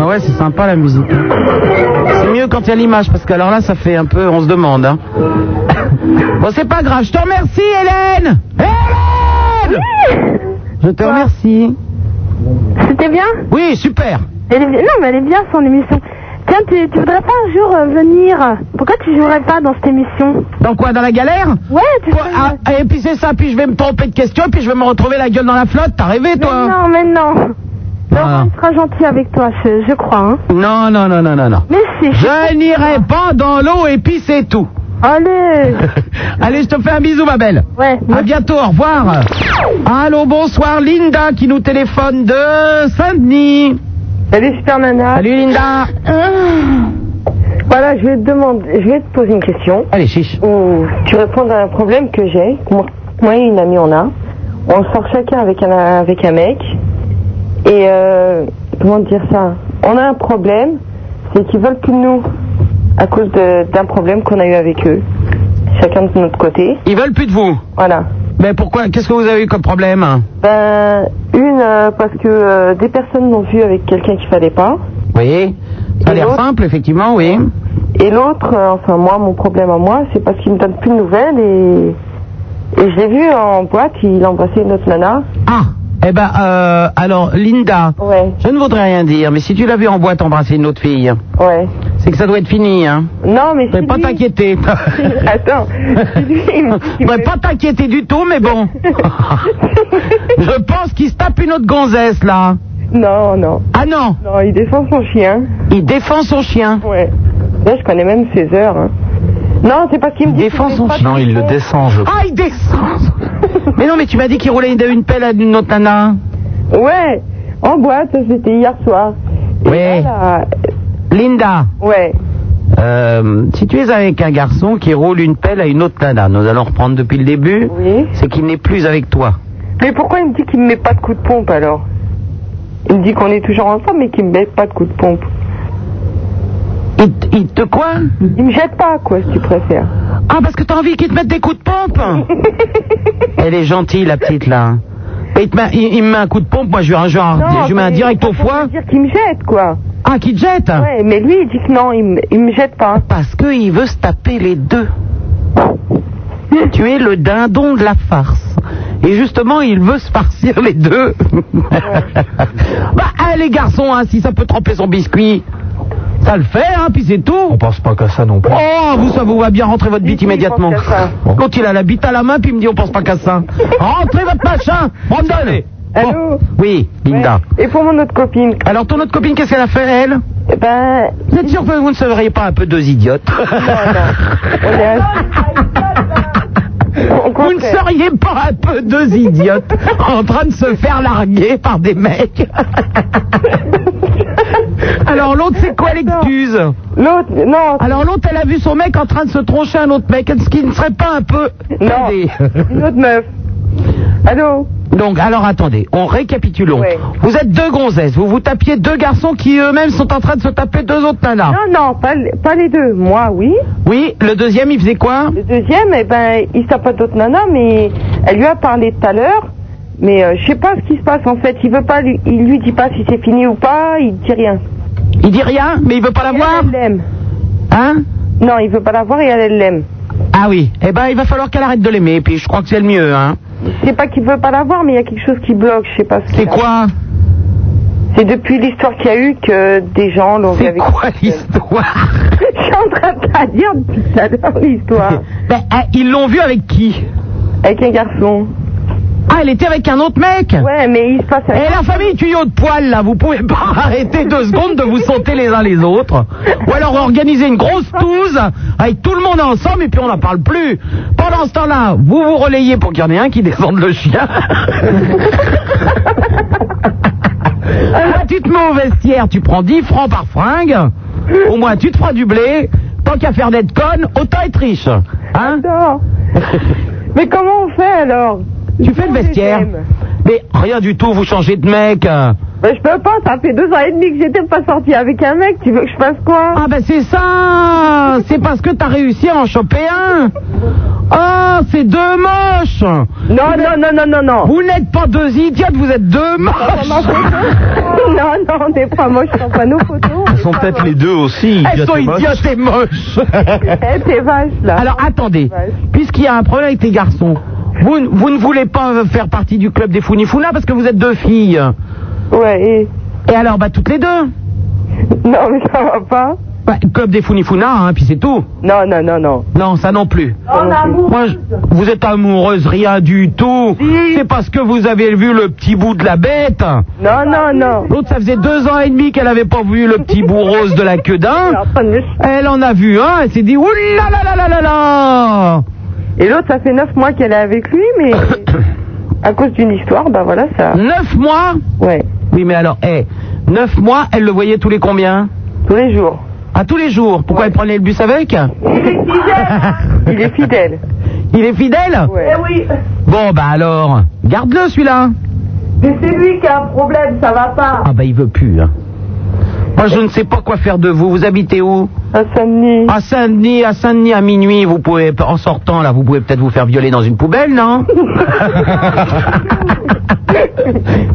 Ah ouais, c'est sympa la musique. C'est mieux quand il y a l'image, parce que alors là, ça fait un peu, on se demande. hein. Bon, c'est pas grave, je te remercie, Hélène Hélène Je te remercie. C'était bien Oui, super Elle est bien- Non, mais elle est bien son émission. Tiens, tu, tu voudrais pas un jour euh, venir Pourquoi tu jouerais pas dans cette émission Dans quoi Dans la galère Ouais, tu Quoi Ah, Et puis c'est ça, puis je vais me tromper de question, puis je vais me retrouver la gueule dans la flotte, t'as rêvé toi Mais hein non, mais non. Ah. Laurent sera gentil avec toi, je, je crois. Hein. Non, non, non, non, non, non. Mais si. Je n'irai pas dans l'eau et puis c'est tout. Allez. Allez, je te fais un bisou, ma belle. Ouais. À bientôt, au revoir. Allô, bonsoir, Linda qui nous téléphone de Saint-Denis. Salut Super Nana. Salut Linda. Voilà, je vais te demander, je vais te poser une question. Allez, chiche. Où tu réponds à un problème que j'ai, que moi, moi et une amie on a. On sort chacun avec un, avec un mec. Et euh, comment dire ça On a un problème, c'est qu'ils veulent plus de nous à cause de- d'un problème qu'on a eu avec eux. Chacun de notre côté. Ils veulent plus de vous. Voilà. Mais pourquoi Qu'est-ce que vous avez eu comme problème Ben, une, euh, parce que euh, des personnes l'ont vu avec quelqu'un qu'il fallait pas. Oui. Ça a l'air simple, effectivement, oui. Et l'autre, euh, enfin moi, mon problème à moi, c'est parce qu'il me donne plus de nouvelles et, et je l'ai vu en boîte, il embrassait une autre nana. Ah Eh ben, euh, alors, Linda, je ne voudrais rien dire, mais si tu l'as vu en boîte embrasser une autre fille, ouais. c'est que ça doit être fini, hein Non, mais c'est pas t'inquiéter. Attends. Ouais, pas t'inquiéter du tout, mais bon. Je pense qu'il se tape une autre gonzesse, là. Non, non. Ah non Non, il défend son chien. Il défend son chien Ouais. Là, je connais même ses heures. hein. Non, c'est parce qu'il me dit défend son chien. Non, il le descend, je Ah, il descend Mais non, mais tu m'as dit qu'il roulait une, une pelle à une autre nana. Ouais, en boîte, c'était hier soir. Oui. Linda. Ouais. Euh, si tu es avec un garçon qui roule une pelle à une autre nana, nous allons reprendre depuis le début, c'est qu'il n'est plus avec toi. Mais pourquoi il me dit qu'il me met pas de coup de pompe alors Il me dit qu'on est toujours ensemble mais qu'il me met pas de coup de pompe. Il, te quoi Il me jette pas quoi si tu préfères. Ah, parce que t'as envie qu'ils te mettent des coups de pompe Elle est gentille, la petite, là. Et il, te met- il- il me met un coup de pompe, moi je lui, un- je lui un- je lui mets un direct au foie. dire qu'il me jette quoi. Ah, qu'il te jette Ouais, mais lui il dit que non, il me, il me jette pas. Parce qu'il veut se taper les deux. tu es le dindon de la farce. Et justement, il veut se farcir les deux. bah, ah, les garçons, hein, si ça peut tremper son biscuit, ça le fait, hein, puis c'est tout. On pense pas qu'à ça non plus. Eh, Oh, vous, ça vous va bien rentrer votre bite si, immédiatement. je pense qu'à ça. Quand il a la bite à la main, puis il me dit on pense pas qu'à ça. Rentrez votre machin, Brandon. Allô Oui, Linda. Et pour mon autre copine Alors, ton autre copine, qu'est-ce qu'elle a fait, elle Ben. Vous êtes sûr que vous ne seriez pas un peu deux idiotes On est assis. Vous ne seriez pas un peu deux idiotes en train de se faire larguer par des mecs Alors l'autre, c'est quoi l'excuse L'autre, non. Alors l'autre, elle a vu son mec en train de se troncher un autre mec. Est-ce qu'il ne serait pas un peu... Non. Une autre meuf. Allô Donc, alors attendez, on récapitulons. Vous êtes deux gonzesses, vous vous tapiez deux garçons qui eux-mêmes sont en train de se taper deux autres nanas. Non, non, pas, les- pas les deux. Moi, oui. Oui, le deuxième, il faisait quoi Le deuxième, eh ben, il s'appelle pas d'autre nana, mais elle lui a parlé tout à l'heure Mais euh, je sais pas ce qui se passe en fait. Il veut pas, lui, il lui dit pas si c'est fini ou pas. Il dit rien. Il dit rien, mais il veut pas la voir. Elle l'aime. Hein Non, il veut pas la voir et elle elle l'aime. Ah oui. Eh ben, il va falloir qu'elle arrête de l'aimer. Et puis, je crois que c'est le mieux, hein. C'est pas qu'il veut pas la voir, mais il y a quelque chose qui bloque. Je sais pas ce. C'est quoi C'est depuis l'histoire qu'il y a eu que des gens l'ont. C'est quoi l'histoire Je suis en train de te la dire depuis tout à l'heure l'histoire. Ben, ah, ils l'ont vue avec qui Avec un garçon. Ah, elle était avec un autre mec Ouais, mais il se passe. Et Eh, la famille tuyau de poil, là, vous pouvez pas arrêter deux secondes de vous sauter les uns les autres. Ou alors organiser une grosse touze avec tout le monde ensemble et puis on n'en parle plus. Pendant ce temps-là, vous vous relayez pour qu'il y en ait un qui descende le chien. Toi, tu te mets au vestiaire, tu prends 10 francs par fringue. Au moins, tu te feras du blé. Tant qu'à faire d'être conne, autant être riche. Hein Mais comment on fait alors Tu fais le vestiaire. Mais rien du tout, vous changez de mec. euh. Ben, je peux pas, ça fait deux ans et demi que j'étais pas sortie avec un mec, tu veux que je fasse quoi Ah ben c'est ça C'est parce que t'as réussi à en choper un Oh, c'est deux moches Non, non, non, non, non, non Vous n'êtes pas deux idiotes, vous êtes deux Non, moches non, on n'est pas moche, on pas nos photos. Elles sont peut-être les deux aussi. Elles idiotes sont et moches. idiotes et moches Eh, t'es vache là Alors attendez, puisqu'il y a un problème avec les garçons, vous, ne- vous ne voulez pas euh, faire partie du club des Founifounas parce que vous êtes deux filles. Ouais, et... Et alors, bah toutes les deux Non, mais ça va pas Bah, Club des Founifounas, hein, puis c'est tout. Non, non, non, non Non, ça non plus. Oh, Moi, je- vous êtes amoureuse, rien du tout. C'est parce que vous avez vu le petit bout de la bête. Non, non, non L'autre, ça faisait deux ans et demi qu'elle avait pas vu le petit bout rose de la queue d'un. Elle en a vu un, elle s'est dit, oulala là là là là là Et l'autre, ça fait neuf mois qu'elle est avec lui, mais... à cause d'une histoire, bah voilà, ça... Hmm. Neuf mois Ouais, Oui, mais alors, eh, neuf mois, elle le voyait tous les combien tous les jours. À tous les jours. Pourquoi elle prenait le bus avec Il est fidèle Il est fidèle Ouais. oui, Bon, bah alors, garde-le celui-là. mais c'est lui qui a un problème, ça va pas. Ah bah il veut plus. hein. Moi je ne sais pas quoi faire de vous. Vous habitez où À Saint-Denis. À Saint-Denis, à Saint-Denis à minuit, vous pouvez en sortant là, vous pouvez peut-être vous faire violer dans une poubelle, non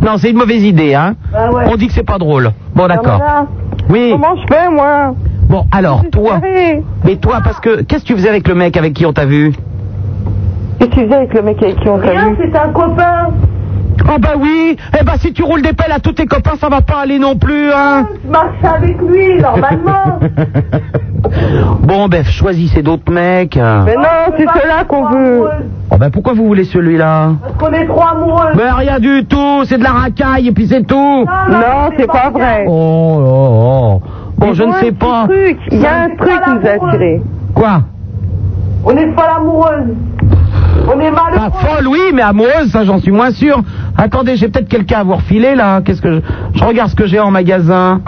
Non, c'est une mauvaise idée, hein. Ah ouais. On dit que c'est pas drôle. Bon d'accord. Voilà. Oui. Comment je fais, moi Bon alors toi, Arrête. mais toi parce que qu'est-ce que tu faisais avec le mec avec qui on t'a vu Qu'est-ce que tu faisais avec le mec avec qui on t'a vu c'est un copain. Ah bah oui. Eh bah si tu roules des pelles à tous tes copains, ça va pas aller non plus, hein. Je marche avec lui, normalement. Bon, ben, choisissez d'autres mecs. Mais non, c'est cela qu'on veut Oh, ben, pourquoi vous voulez celui-là Parce qu'on est trois amoureux. Ben, rien du tout, c'est de la racaille et puis c'est tout. Non, c'est pas vrai Oh, oh, oh. Bon, Mais je ne bon, sais un petit pas. truc, Il y a un truc qui nous a attirés. Quoi On est folle amoureuse. On est malheureux. Pas folle, oui, mais amoureuse, ça, j'en suis moins sûr. Attendez, j'ai peut-être quelqu'un à vous refiler, là. Qu'est-ce que je... je regarde ce que j'ai en magasin.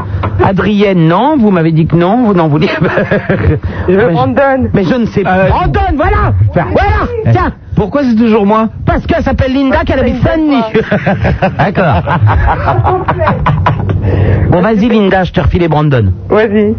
Adrienne, non, vous m'avez dit que non, vous n'en voulez pas. Je veux Mais je- Brandon. Mais je ne sais pas. Euh, Brandon, voilà Enfin, Voilà Tiens Pourquoi c'est toujours moi Parce qu'elle s'appelle Linda, qu'elle habite Saint-Denis. D'accord. Ah, bon, vas-y, Linda, je te refile les Brandon. Vas-y.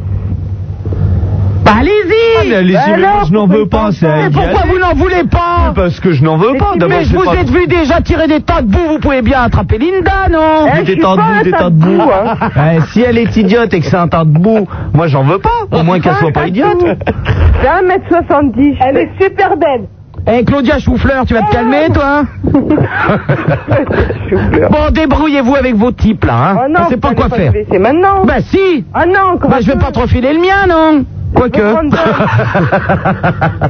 Bah, allez-y Ah, Ben mais allez-y, mais moi, je n'en veux pas, c'est à Mais elle d'y pourquoi aller. vous n'en voulez pas Parce que je n'en veux pas. D'abord, Mais je c'est vous pas- ai vu déjà tirer des tas de boue, vous pouvez bien attraper Linda, non Des tas de boue, des tas de boue. hein. Ouais, si elle est idiote et que c'est un tas de boue, moi j'en veux pas. Au moins qu'elle soit pas idiote. C'est 1m70. Elle est super belle. Eh, Claudia Choufleur, tu vas te calmer, toi hein Bon, débrouillez-vous avec vos types, là, Ah, hein. Oh non, On sait pas fallait quoi faire. le laisser maintenant. Bah si Ah non, comment Bah, je vais tu pas te refiler le mien, non veux Quoique. prendre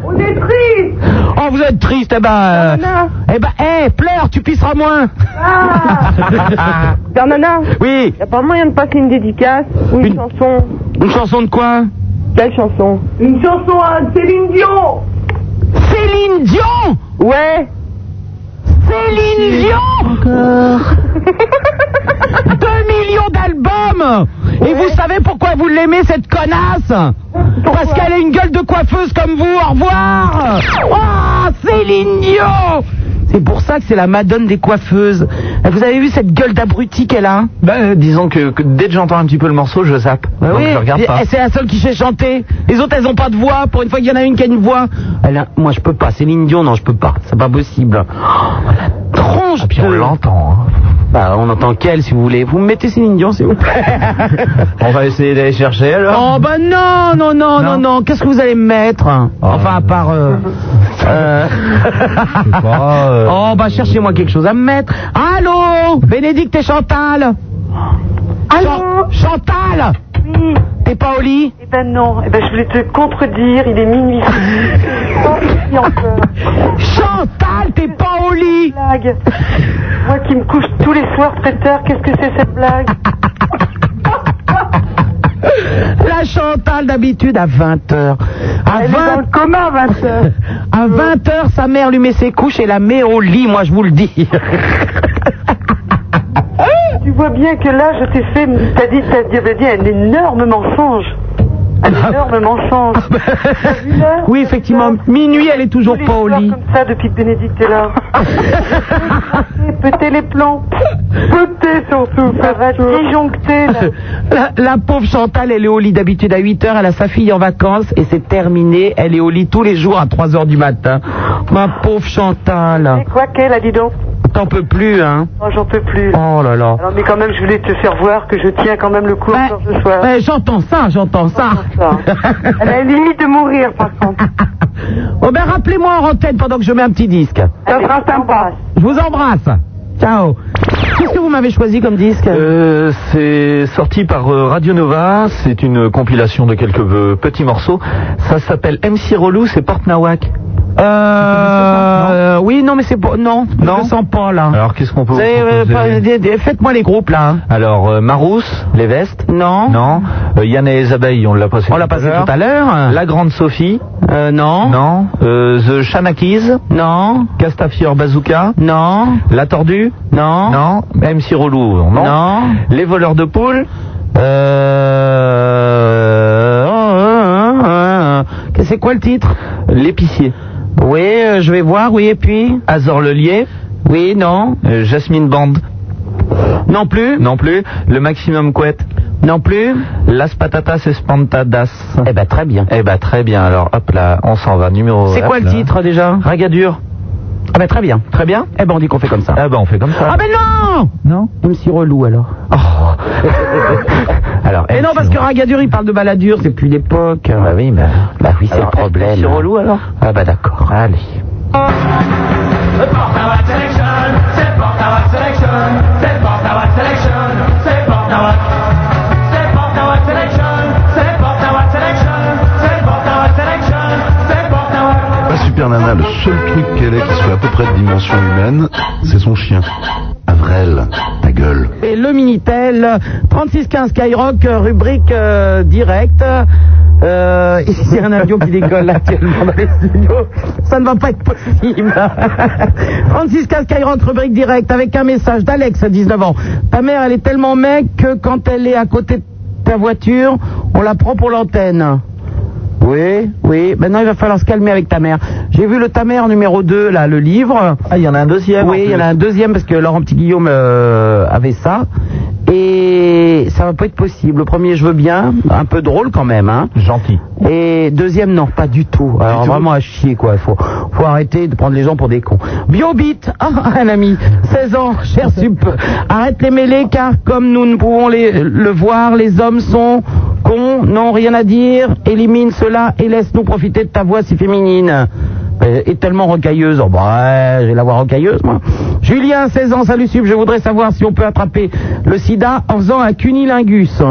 On est triste. Oh, vous êtes triste, eh ben. euh, Bernana. eh ben, eh, pleure, tu pisseras moins. Ah. Bernana, oui, y a pas moyen de passer une dédicace ou une, Une- chanson une chanson de quoi Quelle chanson Une chanson à Céline Dion. Céline Dion Ouais Céline Dion Encore 2 millions d'albums Et vous savez pourquoi vous l'aimez, cette connasse Parce qu'elle a une gueule de coiffeuse comme vous, au revoir Oh, Céline Dion C'est pour ça que c'est la madone des coiffeuses. Vous avez vu cette gueule d'abruti qu'elle a Ben, disons que, que dès que j'entends un petit peu le morceau, je zappe. Bah Donc, je regarde et- pas. eh, et Bah c'est la seule qui sait chanter. Les autres, elles ont pas de voix. Pour une fois qu'il y en a une qui a une voix. Elle a- Moi, je peux pas. Céline Dion, non, je peux pas. C'est pas possible. Oh, la tronche Ah, Puis on Euh. de l'entend. hein. Bah, on entend quelle, si vous voulez. Vous me mettez Céline Dion, s'il vous plaît. On va essayer d'aller chercher alors. Oh bah non, non, non, non, non. Qu'est-ce que vous allez me mettre hein Oh. Enfin, à part... euh, euh, euh. oh bah cherchez-moi quelque chose à me mettre. Allô Bénédicte et Chantal Allô Chantal Oui. T'es pas au lit Eh ben non, eh ben je voulais te contredire, il est minuit. Oh, ici encore. Chantal, t'es pas au lit Blague. Moi qui me couche tous les soirs très tard, qu'est-ce que c'est cette blague La Chantal d'habitude à 20h. À Elle est dans le coma à 20h. À 20h, sa mère lui met ses couches et la met au lit, moi je vous le dis. Tu vois bien que là, je t'ai fait, t'as dit, t'as dit, t'as dit un énorme mensonge. Un énorme mensonge. T'as vu là Ah. bah, Oui, effectivement, minuit, elle est toujours pas au lit. comme ça depuis que Bénédicte est là. Peter les plans. Peter surtout. Ça va déjoncter là. La, la pauvre Chantal, elle est au lit d'habitude à 8h, elle a sa fille en vacances et c'est terminé. Elle est au lit tous les jours à 3h du matin. Ma pauvre Chantal, C'est quoi qu'elle a dit donc t'en peux plus, hein Oh, j'en peux plus. Oh là là. Alors, mais quand même, je voulais te faire voir que je tiens quand même le coup encore ce soir. Ouais, j'entends ça, j'entends ça. Elle a la limite de mourir, par contre. Oh ben rappelez-moi en antenne pendant que je mets un petit disque. Ça sera sympa. Je vous embrasse. Ciao. Qu'est-ce que vous m'avez choisi comme disque Euh, c'est sorti par euh, Radio Nova, c'est une compilation de quelques euh, petits morceaux. Ça s'appelle MC Relou, c'est Porte Nawak. Euh, oui, non, mais c'est pas. Non, je le sens pas là. Alors qu'est-ce qu'on peut Vous savez, euh, proposer pas- des- des- Faites-moi les groupes là. hein. Alors euh, Marousse, les vestes Non. Non. Euh, Yann et les abeilles, on l'a passé. On l'a passé tout à l'heure. La grande Sophie. Euh, non. Non. Euh, the Shanakis. Non. Castafiore Bazooka. Non. La tordue. Non. Non. MC Relou. Non. Non. Les voleurs de poules. Euh, euh, euh, euh, C'est quoi le titre L'épicier. Oui, euh, je vais voir, oui, et puis Azor Lelier. Oui, non. Euh, Jasmine Bande. Non plus Non plus. Le Maximum Couette. Non plus Las patatas espantadas. Eh ben, très bien. Eh ben très bien. Alors hop là, on s'en va. Numéro. C'est hop quoi le là. titre déjà Ragadur. Ah ben, très bien. Très bien. Eh ben, on dit qu'on fait comme ça. Ah ben on fait comme ça. Ah ben non non. MC Relou alors. Oh. alors. ben, Mais Eh non, parce que Ragadur, il parle de baladure, c'est plus l'époque. Ah Bah oui, mais. Bah oui, c'est le problème. hein. C'est relou alors Ah bah d'accord. Allez. À Super Nana, le seul truc qu'elle ait qui soit à peu près de dimension humaine, c'est son chien. Avrel, ta gueule. Et le Minitel, 3615 Skyrock, euh, rubrique euh, direct. Euh, ici, c'est un avion qui décolle actuellement dans les studios. Ça ne va pas être possible. 3615 Skyrock, rubrique direct, avec un message d'Alex, 19 ans. Ta mère, elle est tellement mec que quand elle est à côté de ta voiture, on la prend pour l'antenne. Oui, oui. Maintenant, il va falloir se calmer avec ta mère. J'ai vu le ta mère numéro 2, là, le livre. Ah, il y en a un deuxième. Oui, il y en a un deuxième parce que Laurent Petit Guillaume euh, avait ça. Et ça va pas être possible. Le premier, je veux bien, un peu drôle quand même. Hein. Gentil. Et deuxième, non, pas du tout. Alors vraiment à chier quoi. Il faut, faut arrêter de prendre les gens pour des cons. Biobit, ah, un ami, 16 ans, cher sup. Arrête les mêlées car comme nous ne pouvons les, le voir, les hommes sont cons, n'ont rien à dire. Élimine cela et laisse-nous profiter de ta voix si féminine. Euh, Est tellement rocailleuse. Oh, bah, ouais, j'ai la voix rocailleuse, moi. Julien, 16 ans, salut Sub, je voudrais savoir si on peut attraper le sida en faisant un cunilingus.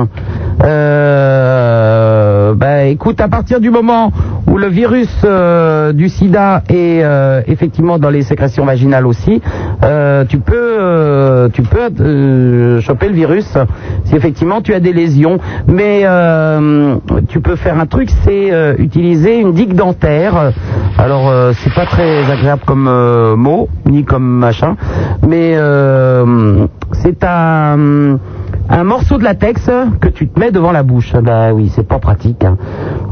Euh, bah, écoute, à partir du moment où le virus euh, du sida est euh, effectivement dans les sécrétions vaginales aussi, euh, tu peux, euh, tu peux euh, choper le virus si effectivement tu as des lésions. Mais euh, tu peux faire un truc, c'est euh, utiliser une digue dentaire. Alors euh, c'est pas très agréable comme euh, mot ni comme machin, mais euh, c'est un un morceau de latex que tu te mets devant la bouche. Bah oui, c'est pas pratique. hein.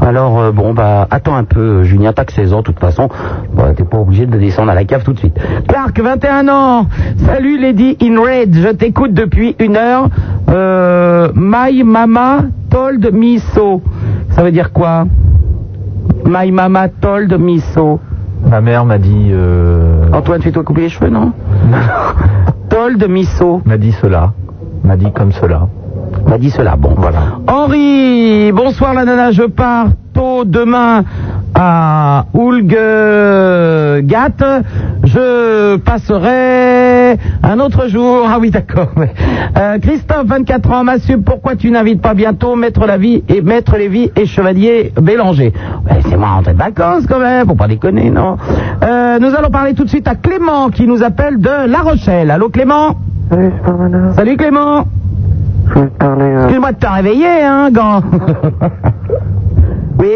Alors euh, bon bah attends un peu, euh, Julien, t'as que 16 ans de toute façon. Bah, t'es pas obligé de descendre à la cave tout de suite. Clark, 21 ans. Salut Lady in Red, je t'écoute depuis une heure. Euh, my mama told me so. Ça veut dire quoi My mama told me so. Ma mère m'a dit. Euh... Oh. Antoine, tu t'es coupé les cheveux, non Paul de Missot M'a dit cela. M'a dit comme cela. M'a dit cela, bon. Voilà. Henri, bonsoir la nana, je pars tôt demain à Oulgat. Je passerai un autre jour. Ah oui, d'accord. ouais. Euh, Christophe, 24 ans, Massup, pourquoi tu n'invites pas bientôt Maître la vie et Maître Lévy et Chevalier Bélanger Ouais, C'est moi en train de vacances quand même, faut pas déconner, non Euh, Nous allons parler tout de suite à Clément qui nous appelle de La Rochelle. Allô Clément Salut, Superman. Salut Clément Je voulais te parler, euh, Excuse-moi de t'en réveiller, hein, Gant Oui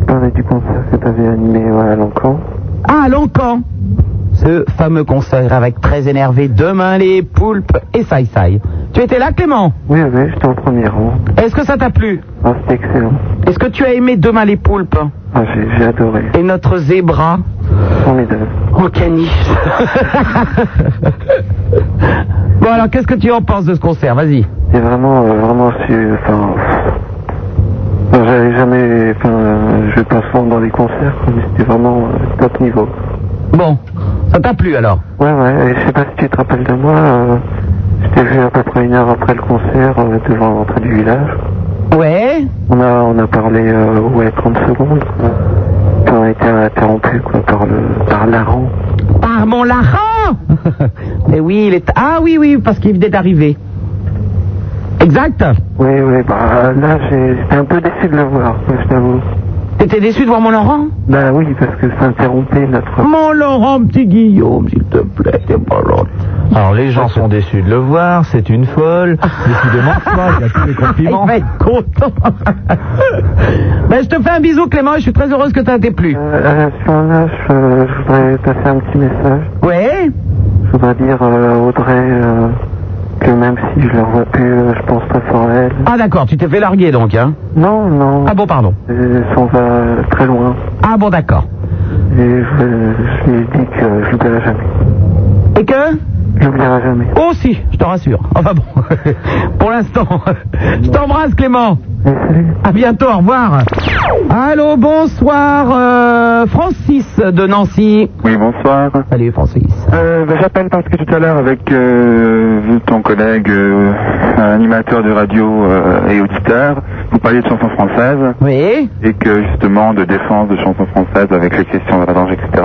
te parler du concert que t'avais animé ouais, à Lancan. Ah, Lancan Ce fameux concert avec très énervé Demain les poulpes et Sai Sai. Tu étais là, Clément Oui, oui, j'étais en premier rang. Est-ce que ça t'a plu Ah, c'était excellent. Est-ce que tu as aimé Demain les poulpes Ah, j'ai j'ai adoré. et notre zébra Formidable. en caniche Bon, alors, qu'est-ce que tu en penses de ce concert Vas-y. C'est vraiment, euh, vraiment, su- enfin, enfin, j'avais jamais, enfin, euh, je passe souvent dans les concerts, quoi, mais c'était vraiment euh, top niveau. Bon, ça t'a plu alors Ouais, ouais, et je sais pas si tu te rappelles de moi, euh, je t'ai vu à peu près une heure après le concert, euh, devant l'entrée du village. Ouais On a, on a parlé, euh, ouais, 30 secondes, quoi. Puis on a été interrompu, quoi, par le, par l'aran. Par mon Laran Mais oui, il est... Ah oui, oui, parce qu'il venait d'arriver. Exact Oui, oui, bah, là, j'ai- j'étais un peu déçu de le voir, quoi, je t'avoue. T'étais déçu de voir mon Laurent Bah oui, parce que ça interrompait notre... Mon Laurent, petit Guillaume, s'il te plaît, t'es pas gentil. Alors les gens sont déçus de le voir, c'est une folle. Décidément, ça, il y a tous les compliments. Il va être content. ben, je te fais un bisou, Clément, et je suis très heureuse que t'as été plu. Euh, sur un âge, euh, je voudrais passer un petit message. Ouais Je voudrais dire euh, à Audrey euh, que même si je la revois plus, euh, je pense très fort à elle. Ah d'accord, tu t'es fait larguer donc, hein Non, non. Ah bon, pardon. Euh, Ça en va très loin. Ah bon, d'accord. Et je, je lui ai dit que je l'oublierai jamais. Et que Je l'oublierai jamais. Oh si, je te rassure. Enfin bon, pour l'instant. Je t'embrasse Clément. À bientôt, au revoir. Allô, bonsoir. euh, Francis de Nancy. Oui, bonsoir. Salut Francis. Euh, bah, J'appelle parce que tout à l'heure, avec euh, ton collègue euh, un animateur de radio euh, et auditeur, vous parliez de chansons françaises. Oui. Et que justement, de défense de chansons françaises avec les questions de la danse, etc.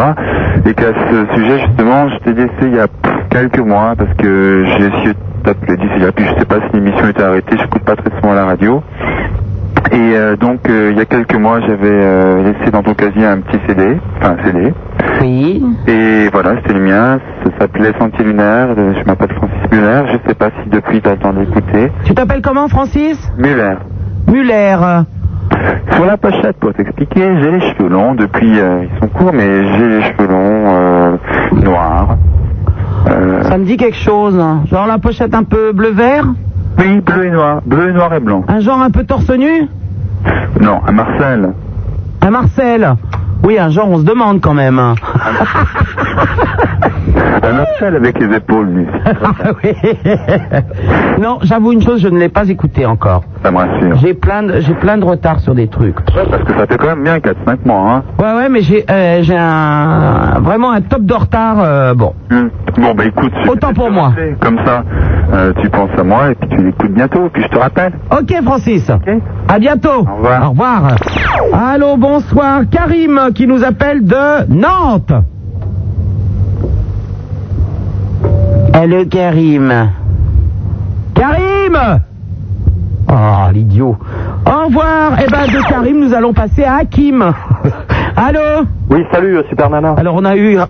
Et qu'à ce sujet, justement, je t'ai laissé il y a pff, quelques mois parce que j'ai essayé de t'appeler d'ici là. Puis je sais pas si l'émission était arrêtée, je n'écoute pas très souvent la radio. Et euh, donc, euh, il y a quelques mois, j'avais euh, laissé dans ton casier un petit CD, enfin un CD. Oui. Et voilà, c'était le mien. Ça s'appelait Sentier Lunaire. Euh, Je m'appelle Francis Muller. Je sais pas si depuis t'as le temps d'écouter. Tu t'appelles comment Francis Muller. Muller. Sur la pochette, pour t'expliquer, j'ai les cheveux longs. Depuis, euh, ils sont courts, mais j'ai les cheveux longs, euh, noirs. Euh, Ça me dit quelque chose. hein. Genre la pochette un peu bleu-vert oui, bleu et noir. Bleu, noir et blanc. Un genre un peu torse nu Non, à Marcel. Un Eh, Marcel Oui, un genre on se demande quand même. hein. À Marcel avec les épaules nues. Ah oui. non, j'avoue une chose, je ne l'ai pas écouté encore. Ça me rassure. J'ai plein de j'ai plein de retard sur des trucs. Ouais, parce que ça fait quand même bien 4-5 mois, hein. Ouais ouais, mais j'ai euh, j'ai un vraiment un top de retard euh, bon. Hum. Bon, bah écoute. je- Autant pour moi. Comme ça, euh, tu penses à moi et puis tu l'écoutes bientôt. Puis je te rappelle. OK Francis. À bientôt. Au revoir. Au revoir. Allô, bonsoir Karim qui nous appelle de Nantes. Allô Karim. Karim Ah, l'idiot. Au revoir. Eh ben, de Karim, nous allons passer à Hakim. Allô Oui, salut, euh, Super Nana. Alors, on a eu euh,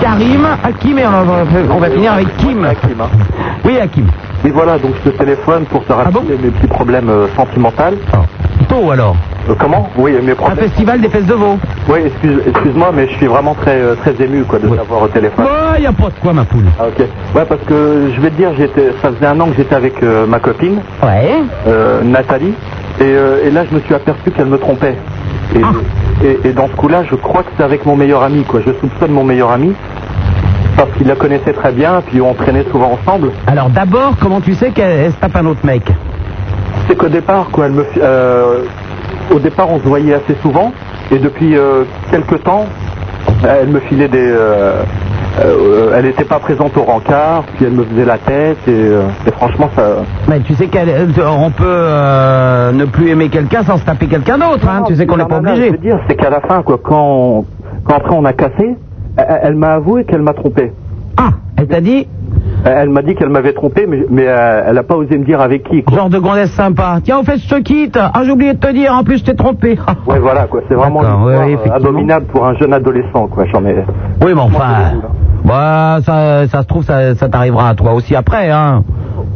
Karim, Hakim et on va, on va finir avec Kim. hein. Oui, Hakim. Et voilà, donc je te téléphone pour Ah te rappeler mes petits problèmes euh, sentimentaux. Tôt alors Euh, comment Oui, mes Un problèmes. festival des fesses de veau. Oui, excuse, excuse-moi, mais je suis vraiment très, euh, très ému quoi, de t'avoir au téléphone. Oh, y a pas de quoi, ma poule. Ah, ok. Ouais, parce que je vais te dire, j'étais, ça faisait un an que j'étais avec euh, ma copine, Ouais. euh, Nathalie, et, euh, et là je me suis aperçu qu'elle me trompait. Et, Ah. et- et dans ce coup-là, je crois que c'est avec mon meilleur ami, quoi. Je soupçonne mon meilleur ami, parce qu'il la connaissait très bien, puis on traînait souvent ensemble. Alors d'abord, comment tu sais qu'elle elle se tape un autre mec C'est qu'au départ, quoi, elle me, fi- euh, au départ, on se voyait assez souvent, et depuis euh, quelques temps, elle me filait des, euh, euh, elle n'était pas présente au rencard, puis elle me faisait la tête, et, euh, et franchement, ça. Mais tu sais qu'on peut euh, ne plus aimer quelqu'un sans se taper quelqu'un d'autre, hein. tu sais qu'on n'est pas Ce que je obligé. veux dire, c'est qu'à la fin, quoi, quand, quand après on a cassé, elle, elle m'a avoué qu'elle m'a trompé. Ah, elle t'a dit Elle, elle m'a dit qu'elle m'avait trompé, mais, mais euh, elle n'a pas osé me dire avec qui. Genre de gondesse sympa. Tiens, au fait, je te quitte. Ah, j'ai oublié de te dire, en plus, je t'ai trompé. Ouais, voilà, quoi. C'est Ah, vraiment une D'accord, ouais, histoire, ouais, euh, effectivement. abominable pour un jeune adolescent, quoi. J'en ai. Oui, mais enfin. hein. Bah, ça, ça se trouve, ça, ça t'arrivera à toi aussi après, hein.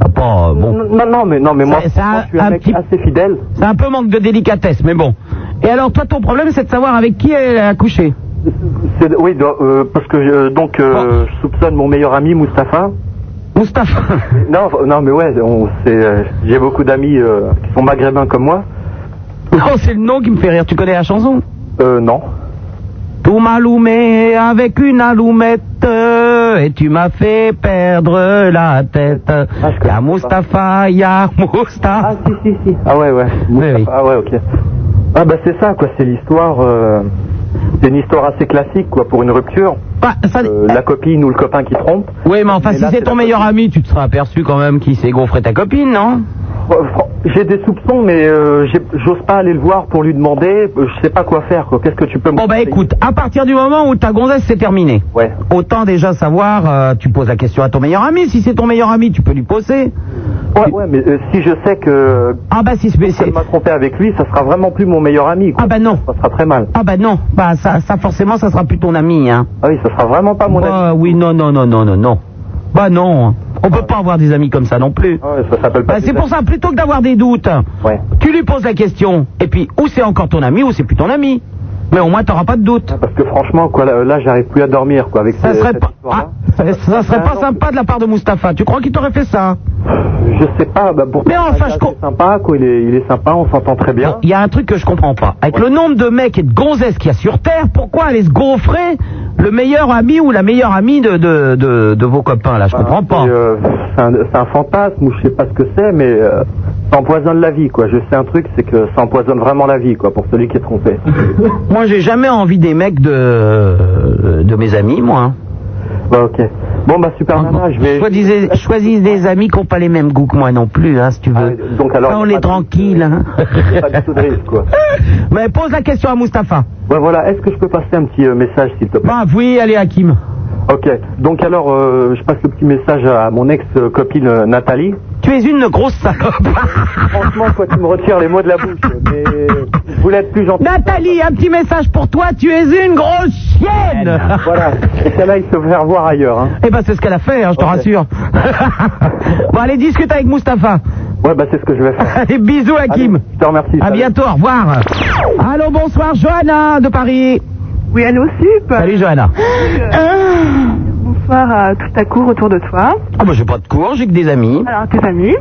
Ah, pas, euh, bon. Non, non, mais non, mais moi, C'est- c'est franchement, un- je suis un, un mec petit- assez fidèle. C'est un peu manque de délicatesse, mais bon. Et alors, toi, ton problème, c'est de savoir avec qui elle a couché. C'est- Oui, do- euh, parce que euh, donc euh, je soupçonne mon meilleur ami Mustapha. Mustapha. Non, f- non, mais ouais, on- c'est, euh, j'ai beaucoup d'amis euh, qui sont maghrébins comme moi. Non, c'est le nom qui me fait rire. Tu connais la chanson Euh, non. Tout m'a allumé avec une allumette euh, et tu m'as fait perdre la tête. ya Mustapha, ya Mustapha. Ah, si, si, si. Ah ouais, ouais. Mustapha, Ah ouais, ok. Ah bah c'est ça, quoi. C'est l'histoire. euh, c'est une histoire assez classique, quoi, pour une rupture. Euh, la copine ou le copain qui trompe. Bah, Oui, mais enfin, Mais si là, c'est c'est ton meilleur ami, tu te seras aperçu quand même qu'il s'est gonfré ta copine, non Euh, fran- J'ai des soupçons, mais euh, j'ai- j'ose pas aller le voir pour lui demander. euh, Je sais pas quoi faire, quoi. Qu'est-ce que tu peux me Bon, bah écoute, à partir du moment où ta gonzesse c'est terminé, Ouais. autant déjà savoir, euh, tu poses la question à ton meilleur ami. Si c'est ton meilleur ami, tu peux lui poser. Ouais, ouais, mais euh, si je sais que. Ah bah si, elle m'a trompé avec lui, ça sera vraiment plus mon meilleur ami. Ah bah non. Ça sera très mal. Ah bah non, bah ça, ça forcément, ça sera plus ton ami, hein. Ah oui, ça sera vraiment pas mon Ah oui, non, non, non, non, non, non. Bah non, on Ah. peut pas avoir des amis comme ça non plus. ami. Ouais, ça s'appelle pas. Bah, c'est pour ça, plutôt que d'avoir des doutes, Ouais. tu lui poses la question, et puis ou c'est encore ton ami ou c'est plus ton ami. Mais au moins, t'auras pas de doute. Parce que franchement, quoi, là, là, j'arrive plus à dormir, quoi, avec Ça ce- serait cette pas- ah, histoire-là. Ça, ça serait pas sympa de la part de Mustapha. Tu crois qu'il t'aurait fait ça hein Je sais pas, bah, pourtant. Mais enfin, je il est sympa, quoi, il est, il est sympa, on s'entend très bien. Il y a un truc que je comprends pas. Avec le nombre de mecs et de gonzesses qu'il y a sur Terre, pourquoi aller se gaufrer le meilleur ami ou la meilleure amie de, de, de, de vos copains, là Je comprends pas. Et, euh, c'est un, c'est un fantasme ou je sais pas ce que c'est, mais euh, ça empoisonne la vie, quoi. Je sais un truc, c'est que ça empoisonne vraiment la vie, quoi, pour celui qui est trompé. Moi, j'ai jamais envie des mecs de, de mes amis, moi. hein. bah, ok. Bon, bah, super, nana, je vais. Choisis, choisis des amis qui n'ont pas les mêmes goûts que moi non plus, hein, si tu veux. Ah, donc alors, Ça, on il y a est tranquille. hein. Il y a pas du tout de risque, quoi. Mais pose la question à Mustapha. Ouais, voilà. Est-ce que je peux passer un petit euh, message, s'il te plaît Bah oui, allez, Hakim. Ok. Donc alors, euh, je passe le petit message à mon ex-copine euh, Nathalie. Tu es une grosse salope. Franchement, quoi, tu me retires les mots de la bouche. Mais je voulais être plus gentil. Nathalie, un petit message pour toi. Tu es une grosse chienne. Voilà. Et celle-là, il se fait voir ailleurs. Hein. Eh ben, c'est ce qu'elle a fait, hein, je te rassure. bon, allez, discute avec Mustapha. Ouais, bah c'est ce que je vais faire. Allez, bisous, Hakim. Allez, je te remercie. à salut. bientôt, au revoir. Allô, bonsoir, Johanna de Paris. Oui, allô, sup Salut, Johanna. Bonsoir à toute ta cour autour de toi. Ah bah, j'ai pas de cours, j'ai que des amis. Alors, tes amis.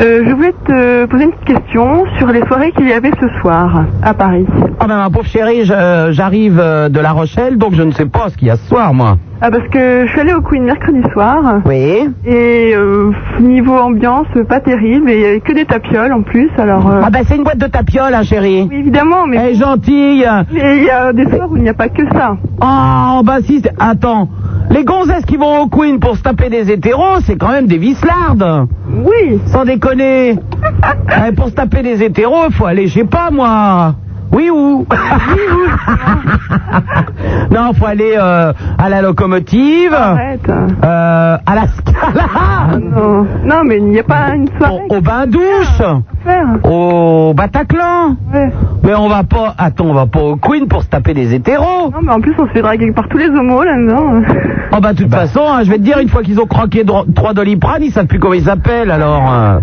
Euh, je voulais te poser une petite question sur les soirées qu'il y avait ce soir à Paris. Ah ben ma pauvre chérie, je- j'arrive euh, de La Rochelle, donc je ne sais pas ce qu'il y a ce soir, moi. Ah, parce que je suis allée au Queen mercredi soir. Oui. Et euh, niveau ambiance, pas terrible. Et il y avait que des tapioles en plus. Alors. euh, Ah ben c'est une boîte de tapioles, hein, chérie. oui, évidemment, mais. Elle est gentille. mais il y a des soirs où il n'y a pas que ça. Oh, bah si, c'est- attends. Les gonzesses qui vont au Queen pour se taper des hétéros, c'est quand même des vislardes. Oui. Sans déconner. Eh, pour se taper des hétéros, faut aller, je sais pas moi. Oui ou Non, faut aller euh, à la locomotive. Arrête. Euh, à la Scala. Non, non, mais il n'y a pas une soirée Au bain-douche à faire. Au Bataclan Ouais. Mais on va pas. Attends, on va pas au Queen pour se taper des hétéros Non, mais en plus, on se fait draguer par tous les homos là-dedans. Oh bah, de toute façon, hein, je vais te dire, une fois qu'ils ont croqué dro- trois doliprane, ils savent plus comment ils s'appellent alors. euh.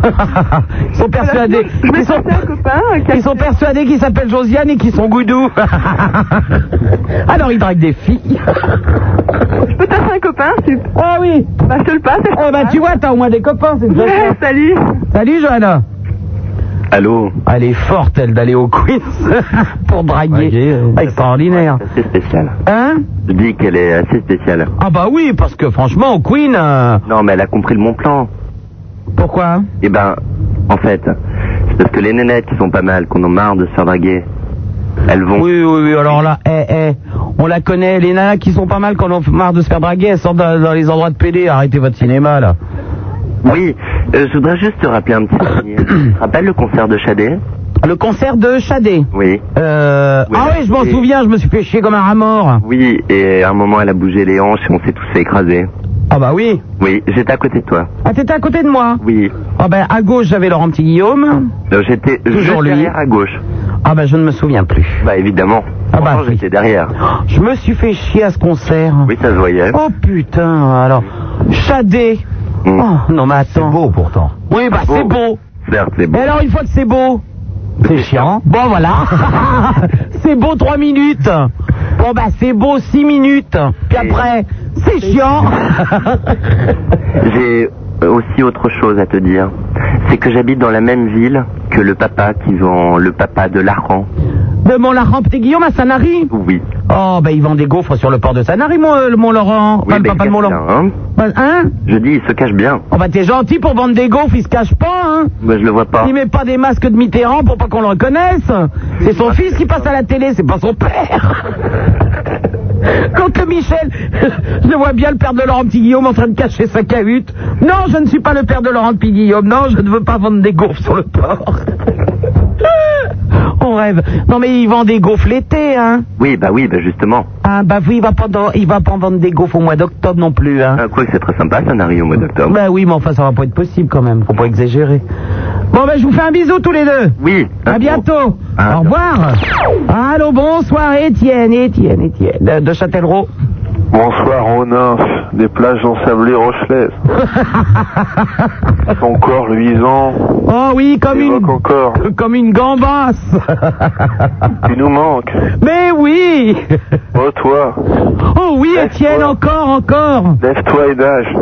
ils sont persuadés. Je vais Ils sont, passer un copain euh, qui a- ils sont persuadés qu'ils s'appellent Josiane et qu'ils sont goudous. alors ils draguent des filles. Je peux passer un copain sup. Ah oui Bah, je te le passe. Eh bah, tu vois, t'as au moins des copains, c'est déjà ça. Ouais, salut. Salut Johanna Ah, Allô Elle est forte, elle, d'aller au Queen pour draguer. Ah, Extraordinaire. C'est spécial. Hein Je dis qu'elle est assez spéciale. Ah bah oui, parce que franchement, au Queen, euh, Non, mais elle a compris le bon plan. pourquoi Eh ben, en fait, c'est parce que les nénettes qui sont pas mal, qu'on en marre de se faire draguer. Elles vont. Oui, oui, oui, alors là, eh, eh, On la connaît, les nanas qui sont pas mal quand on a marre de se faire draguer, elles sortent dans, dans les endroits de PD. Arrêtez votre cinéma, là. Oui, euh, je voudrais juste te rappeler un petit souvenir. Tu te rappelles le concert de Chadé Le concert de Chadé Oui. Euh, ah oui, je m'en souviens, je me suis fait chier comme un rat mort. Oui, et à un moment, elle a bougé les hanches et on s'est tous fait écraser. Ah bah oui. Oui, j'étais à côté de toi. Ah, t'étais à côté de moi Oui. Ah ben, à gauche, j'avais Laurent Petit Guillaume. Euh, J'étais Toujours juste lui. derrière à gauche. Ah ben, je ne me souviens plus. Bah évidemment. Ah bah, Franchement, j'étais derrière. Je me suis fait chier à ce concert. Oui, ça se voyait. Oh putain, alors. Chadé. Oh, non mais attends. C'est beau pourtant. Oui, bah c'est beau. Certes, c'est Et bon. alors, une fois que c'est beau, c'est chiant. Bon, voilà. c'est beau 3 minutes. Bon, bah, c'est beau 6 minutes. Puis après, c'est chiant. J'ai aussi autre chose à te dire. C'est que j'habite dans la même ville que le papa qui vend le papa de l'Aran. De Mont-Laurent, petit Guillaume à Sanary Oui. Oh, bah, ils vendent des gaufres sur le port de Sanary, mon, euh, le Mont-Laurent. Oui, pas le ben, papa de il cache Mont-Laurent. bien, hein. Bah, Hein Je dis, il se cache bien. Oh, bah, t'es gentil pour vendre des gaufres, il se cache pas, hein. Mais je le vois pas. Il met pas des masques de Mitterrand pour pas qu'on le reconnaisse. C'est son fils qui passe à la télé, c'est pas son père. Quand le Michel, je vois bien le père de Laurent Petit Guillaume en train de cacher sa cahute. Non, je ne suis pas le père de Laurent Petit Guillaume. Non, je ne veux pas vendre des gaufres sur le port. On rêve. Non, mais il vend des gaufres l'été, hein. Oui, bah oui, bah justement. Ah, bah oui, il va pas, dans- il va pas en vendre des gaufres au mois d'octobre non plus, hein. Euh, quoi que c'est très sympa, ça n'arrive au mois d'octobre. Bah oui, mais enfin, ça va pas être possible quand même. Faut pas exagérer. Bon, ben, je vous fais un bisou tous les deux. Oui. À bientôt. Au Ah, revoir. Allô, bonsoir, Étienne, Étienne, Étienne, euh, de- de Châtellerault. Bonsoir Ronin, des plages ensablées rochelaises. Son corps luisant Oh oui, comme une, encore. comme une gambasse. Ah. Tu nous manques. Mais oui. Oh toi, Oh oui, Étienne, encore, encore. lève-toi et nage.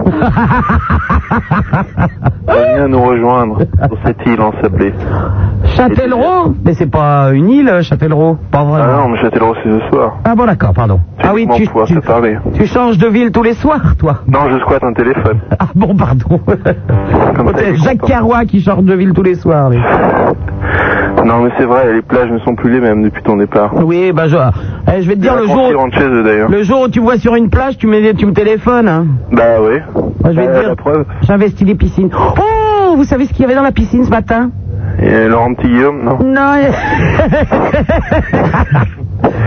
Viens nous rejoindre sur cette île ensablée. Châtellerault Mais c'est pas une île, Châtellerault. Pas Ah vraiment. non, mais Châtellerault c'est ce soir. Ah bon, d'accord, pardon. Ah oui, Comment tu, pouvoir tu, te parler. tu changes de ville tous les soirs, toi. Non, je squatte un téléphone. Ah bon, pardon. Comme ça, il est C'est Jacques content. Carrois qui change de ville tous les soirs. lui. Non, mais c'est vrai, les plages ne sont plus les mêmes depuis ton départ. Oui, bah je, eh, je vais te dire le jour, Sanchez d'ailleurs. le jour où tu me vois sur une plage, tu me, tu me téléphones. hein. Bah oui. Moi, Ah, je vais Bah, te dire, La preuve. j'investis les piscines. Oh, vous savez ce qu'il y avait dans la piscine ce matin Et Laurent Petit Guillaume, non Non. il y-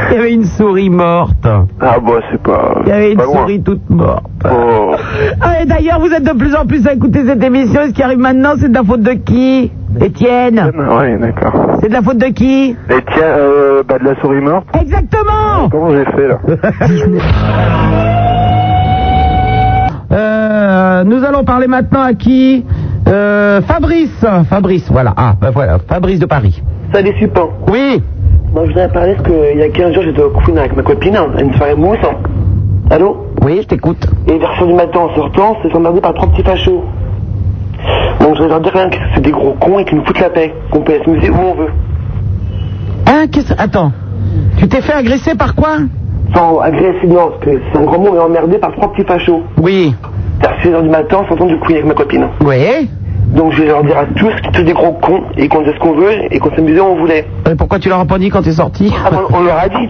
Il y avait une souris morte. Ah bah c'est pas. Il y avait une pas loin. souris toute morte. Oh. Ah, et d'ailleurs, vous êtes de plus en plus à écouter cette émission. Et Ce qui arrive maintenant, c'est de la faute de qui Étienne Ah, Ouais, d'accord. C'est de la faute de qui Et tiens, euh, bah de la souris morte. Exactement Comment j'ai fait là Euh, nous allons parler maintenant à qui Euh, Fabrice. Fabrice, voilà. Ah, ben voilà. Fabrice de Paris. Salut Supin. Oui. Moi, je voudrais parler parce qu'il y a 15 jours, j'étais au Queen avec ma copine, hein, à une soirée mousse. Allô Oui, je t'écoute. Et vers 5 du matin, en sortant, c'est emmerdé par trois petits fachos. Donc, je vais leur dire rien que c'est des gros cons et qu'ils nous foutent la paix, qu'on peut aller s'amuser où on veut. Hein, qu'est-ce... Attends. Tu t'es fait agresser par quoi Sans agresser, non, parce que c'est un grand mot, mais emmerdé par trois petits fachos. Oui. Vers 6 heures du matin, en sortant du Queen avec ma copine. Oui. Donc, je vais leur dire à tous qu'ils sont tous des gros cons et qu'on faisait ce qu'on veut et qu'on s'amusait où on voulait. Et pourquoi tu leur as pas dit quand t'es sorti Ah, on, on leur a dit.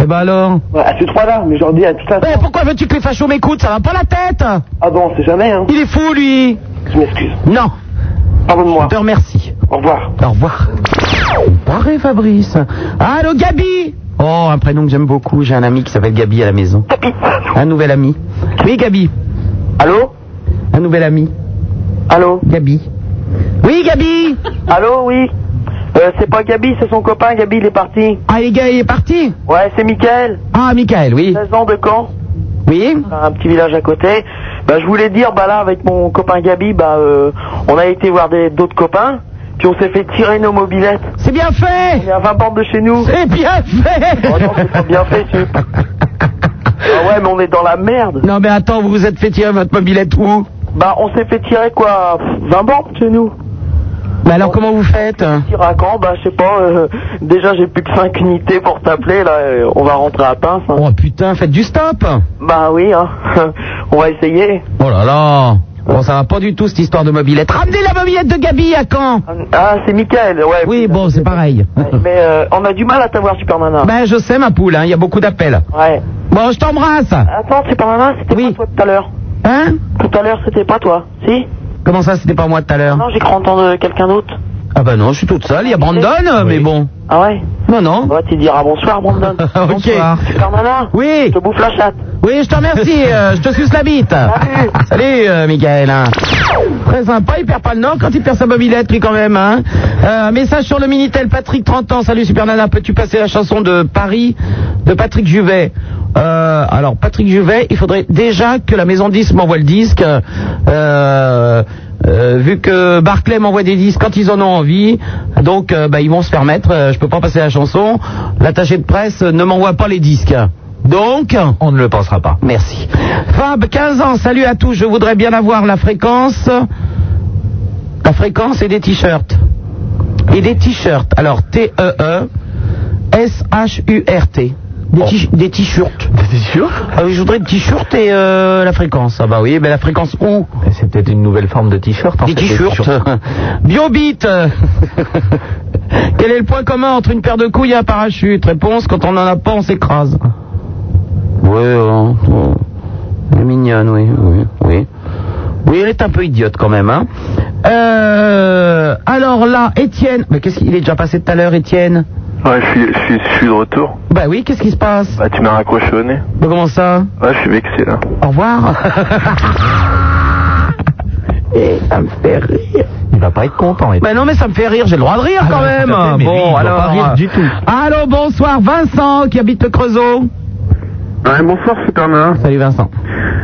Eh ben alors Ouais, à ces trois-là, mais je leur dis à tout ça. Ouais, Pourquoi veux-tu que les fachos m'écoutent Ça va pas la tête Ah bon, on sait jamais, hein. Il est fou, lui Je m'excuse. Non Pardonne-moi. Je te remercie. Au revoir. Au revoir. Paré, Fabrice. Allô, Gabi Oh, un prénom que j'aime beaucoup. J'ai un ami qui s'appelle Gabi à la maison. Un nouvel ami. Oui, Gabi. Allô Un nouvel ami. Allô Gabi. Oui, Gabi Allô, oui Euh, C'est pas Gabi, c'est son copain. Gabi, il est parti. Ah, les gars, il est parti Ouais, c'est Mickaël. Ah, Michael, oui. 16 ans de Caen. Oui Un petit village à côté. Bah, je voulais dire, bah là, avec mon copain Gabi, bah, euh, on a été voir des- d'autres copains. Puis on s'est fait tirer nos mobilettes. C'est bien fait On est à 20 bornes de chez nous. C'est bien fait Oh non, c'est pas bien fait, tu. Ah ouais, mais on est dans la merde. Non, mais attends, vous vous êtes fait tirer votre mobilette où Bah, on s'est fait tirer quoi 20 bornes de chez nous. Mais alors, comment vous faites Tir à Caen, bah, je sais pas. euh, déjà, j'ai plus que 5 unités pour t'appeler. Là, euh, on va rentrer à Pince. hein. Oh, putain, faites du stop Bah oui, hein. on va essayer. Oh là là Bon, ça va pas du tout cette histoire de mobilette. Ramenez la mobilette de Gabi à Caen Ah, c'est Michael, ouais. Oui, bon, c'est pareil. Mais euh, on a du mal à t'avoir, Super Nana. Ben, je sais, ma poule, hein, il y a beaucoup d'appels. Ouais. Bon, je t'embrasse Attends, Super Nana, c'était pas toi tout à l'heure. Hein Tout à l'heure, c'était pas toi, si Comment ça, c'était pas moi tout à l'heure Non, j'ai cru entendre quelqu'un d'autre. Ah bah non, je suis toute seule, il y a Brandon, euh, mais bon. Ah ouais Non, non. Bah, tu diras bonsoir, Brandon. Ok. Bonsoir. Super Nana Oui Je te bouffe la chatte. Oui, je te remercie, euh, je te suce la bite. Salut, euh, Michael. hein. Très sympa, il perd pas le nord quand il perd sa mobilette, lui, quand même. Hein. Euh, message sur le Minitel, Patrick, 30 ans. Salut, Super Nana, peux-tu passer la chanson de Paris de Patrick Juvet Euh, alors, Patrick Juvet, il faudrait déjà que la maison de disque m'envoie le disque. Euh, euh, vu que Barclay m'envoie des disques quand ils en ont envie, donc euh, bah, ils vont se faire mettre. euh, je peux pas passer la chanson. L'attaché de presse euh, ne m'envoie pas les disques. Donc, on ne le pensera pas. Merci. Fab, 15 ans, salut à tous. Je voudrais bien avoir la fréquence, la fréquence et des t-shirts et des t-shirts. Alors T E E S H U R T. Des t- des t-shirts. Des t-shirts Je voudrais des t-shirts et euh, la fréquence. Ah bah oui, mais la fréquence où C'est peut-être une nouvelle forme de t-shirt. en Des fait, les t-shirts. Biobit Quel est le point commun entre une paire de couilles et un parachute Réponse, quand on n'en a pas, on s'écrase. Oui, hein. Elle est mignonne, oui, oui, oui. Oui, elle est un peu idiote quand même, hein. Euh, alors là, Étienne, mais qu'est-ce qu'il est déjà passé tout à l'heure, Étienne Ouais, je suis, je suis, je suis de retour. Bah oui, qu'est-ce qui se passe Bah, tu m'as raccroché au nez. Bah, Comment ça Ouais, je suis vexé là. Au revoir. Et ça me fait rire. Il va pas être content. Mais non, mais ça me fait rire, j'ai le droit de rire Ah quand bah, même. tout à fait, mais lui, il bon, doit alors. euh, pas rire du tout. Allô, bonsoir, Vincent qui habite le Creusot. Ouais, Ah, bonsoir Superman. Salut Vincent.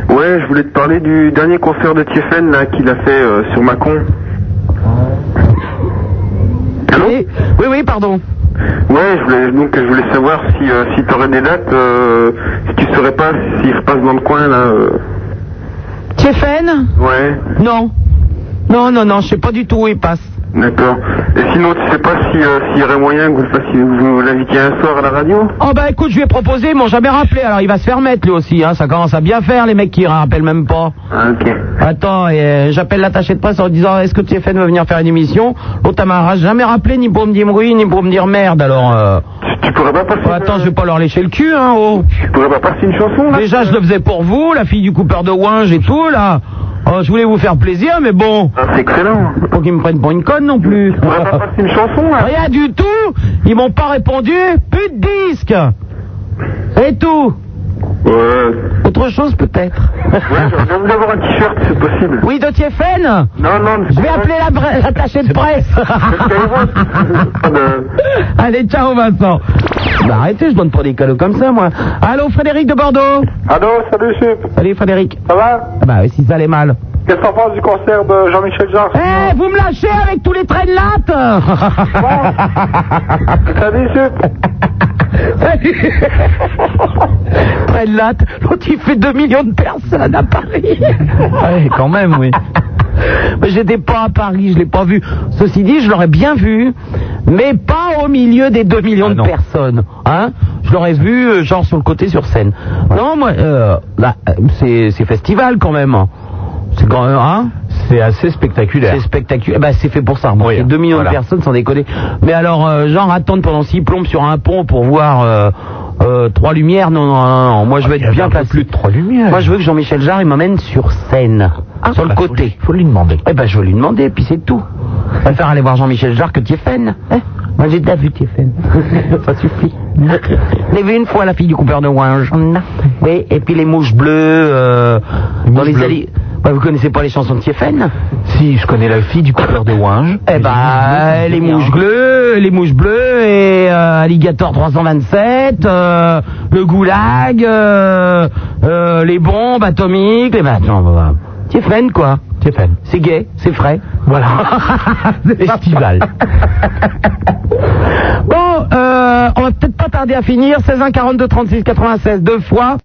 Ouais, je voulais te parler du dernier concert de Tiefen là qu'il a fait euh, sur Macon. Allô oui, oui, pardon. Ouais, je voulais, donc je voulais savoir si euh, si t'aurais des dates, euh, si tu saurais pas s'il repasse dans le coin là. euh. Tchéphène Ouais, Non. Non, non, non, je sais pas du tout où il passe. d'accord. Et sinon, tu sais pas si euh, s'il y aurait moyen que vous, le fassiez- vous l'invitiez un soir à la radio Oh bah écoute, je lui ai proposé, ils m'ont jamais rappelé, alors il va se faire mettre lui aussi, hein. ça commence à bien faire les mecs qui rappellent même pas. Ah, ok. Attends, et, euh, j'appelle l'attaché de presse en disant est-ce que tu es fait de me venir faire une émission L'autre elle m'a jamais rappelé ni pour me dire oui, ni pour me dire merde alors. euh, Tu pourrais pas passer oh, attends, je vais pas leur lécher le cul hein oh. Tu pourrais pas passer une chanson là Déjà je le faisais pour vous, la fille du coupeur de Winge et tout là. Oh, je voulais vous faire plaisir mais bon. Ah, C'est excellent. Faut qu'ils me prennent pour une conne non plus. C'est une chanson là. Rien du tout Ils m'ont pas répondu, plus de disque Et tout Ouais. Autre chose peut-être Ouais, j'aurais bien voulu avoir un t-shirt, c'est possible. Oui, de Tiefen Non, non, mais Je vais appeler la bre- l'attachée de presse. Allez, ciao Vincent. Bah, arrêtez, je donne pas des cadeaux comme ça, moi. Allô, Frédéric de Bordeaux. Allô, salut Sup, Allez, Frédéric. ça va Ah Bah, si ça allait mal. Qu'est-ce que t'en penses du concert de Jean-Michel Jarre Eh, vous me lâchez avec tous les traits de latte Salut Sup Traits de latte, l'autre il fait 2 millions de personnes à Paris. ouais, quand même, oui. Mais j'étais pas à Paris, je l'ai pas vu. Ceci dit, je l'aurais bien vu, mais pas au milieu des 2 millions de personnes. Hein je l'aurais vu, euh, genre sur le côté sur scène. Non, moi, euh, là, euh, c'est c'est festival quand même. C'est quand même, hein C'est assez spectaculaire. c'est spectaculaire. Eh ben, c'est fait pour ça. remarquez. 2 millions voilà. de personnes, sans déconner. Mais alors, euh, genre, attendre pendant six plombes sur un pont pour voir euh, euh, trois lumières Non, non, non, non. Moi, je veux être bien placé. plus de trois lumières. Moi, je veux que Jean-Michel Jarre, il m'emmène sur scène. sur le côté. Faut lui, demander. Eh ben, je vais lui demander, puis c'est tout. Je préfère aller voir Jean-Michel Jarre que Tiefen. hein. Moi, j'ai déjà vu Tiefen. ça suffit. Je l'ai vu une fois, la fille du coupeur de Wange. Oui, et puis les mouches bleues euh, dans les allées. Ouais, vous connaissez pas les chansons de Tiefen Si, je connais la fille du coupeur de Wange. eh ben, les mouches bleues, les mouches bleues et euh, Alligator 327, euh, le goulag, euh, euh, les bombes atomiques, les maintenant, bah, c'est fun quoi. C'est fun. C'est gay, c'est frais. Voilà. Estival. bon, euh, on va peut-être pas tarder à finir. 16 1 42 36 96 deux fois.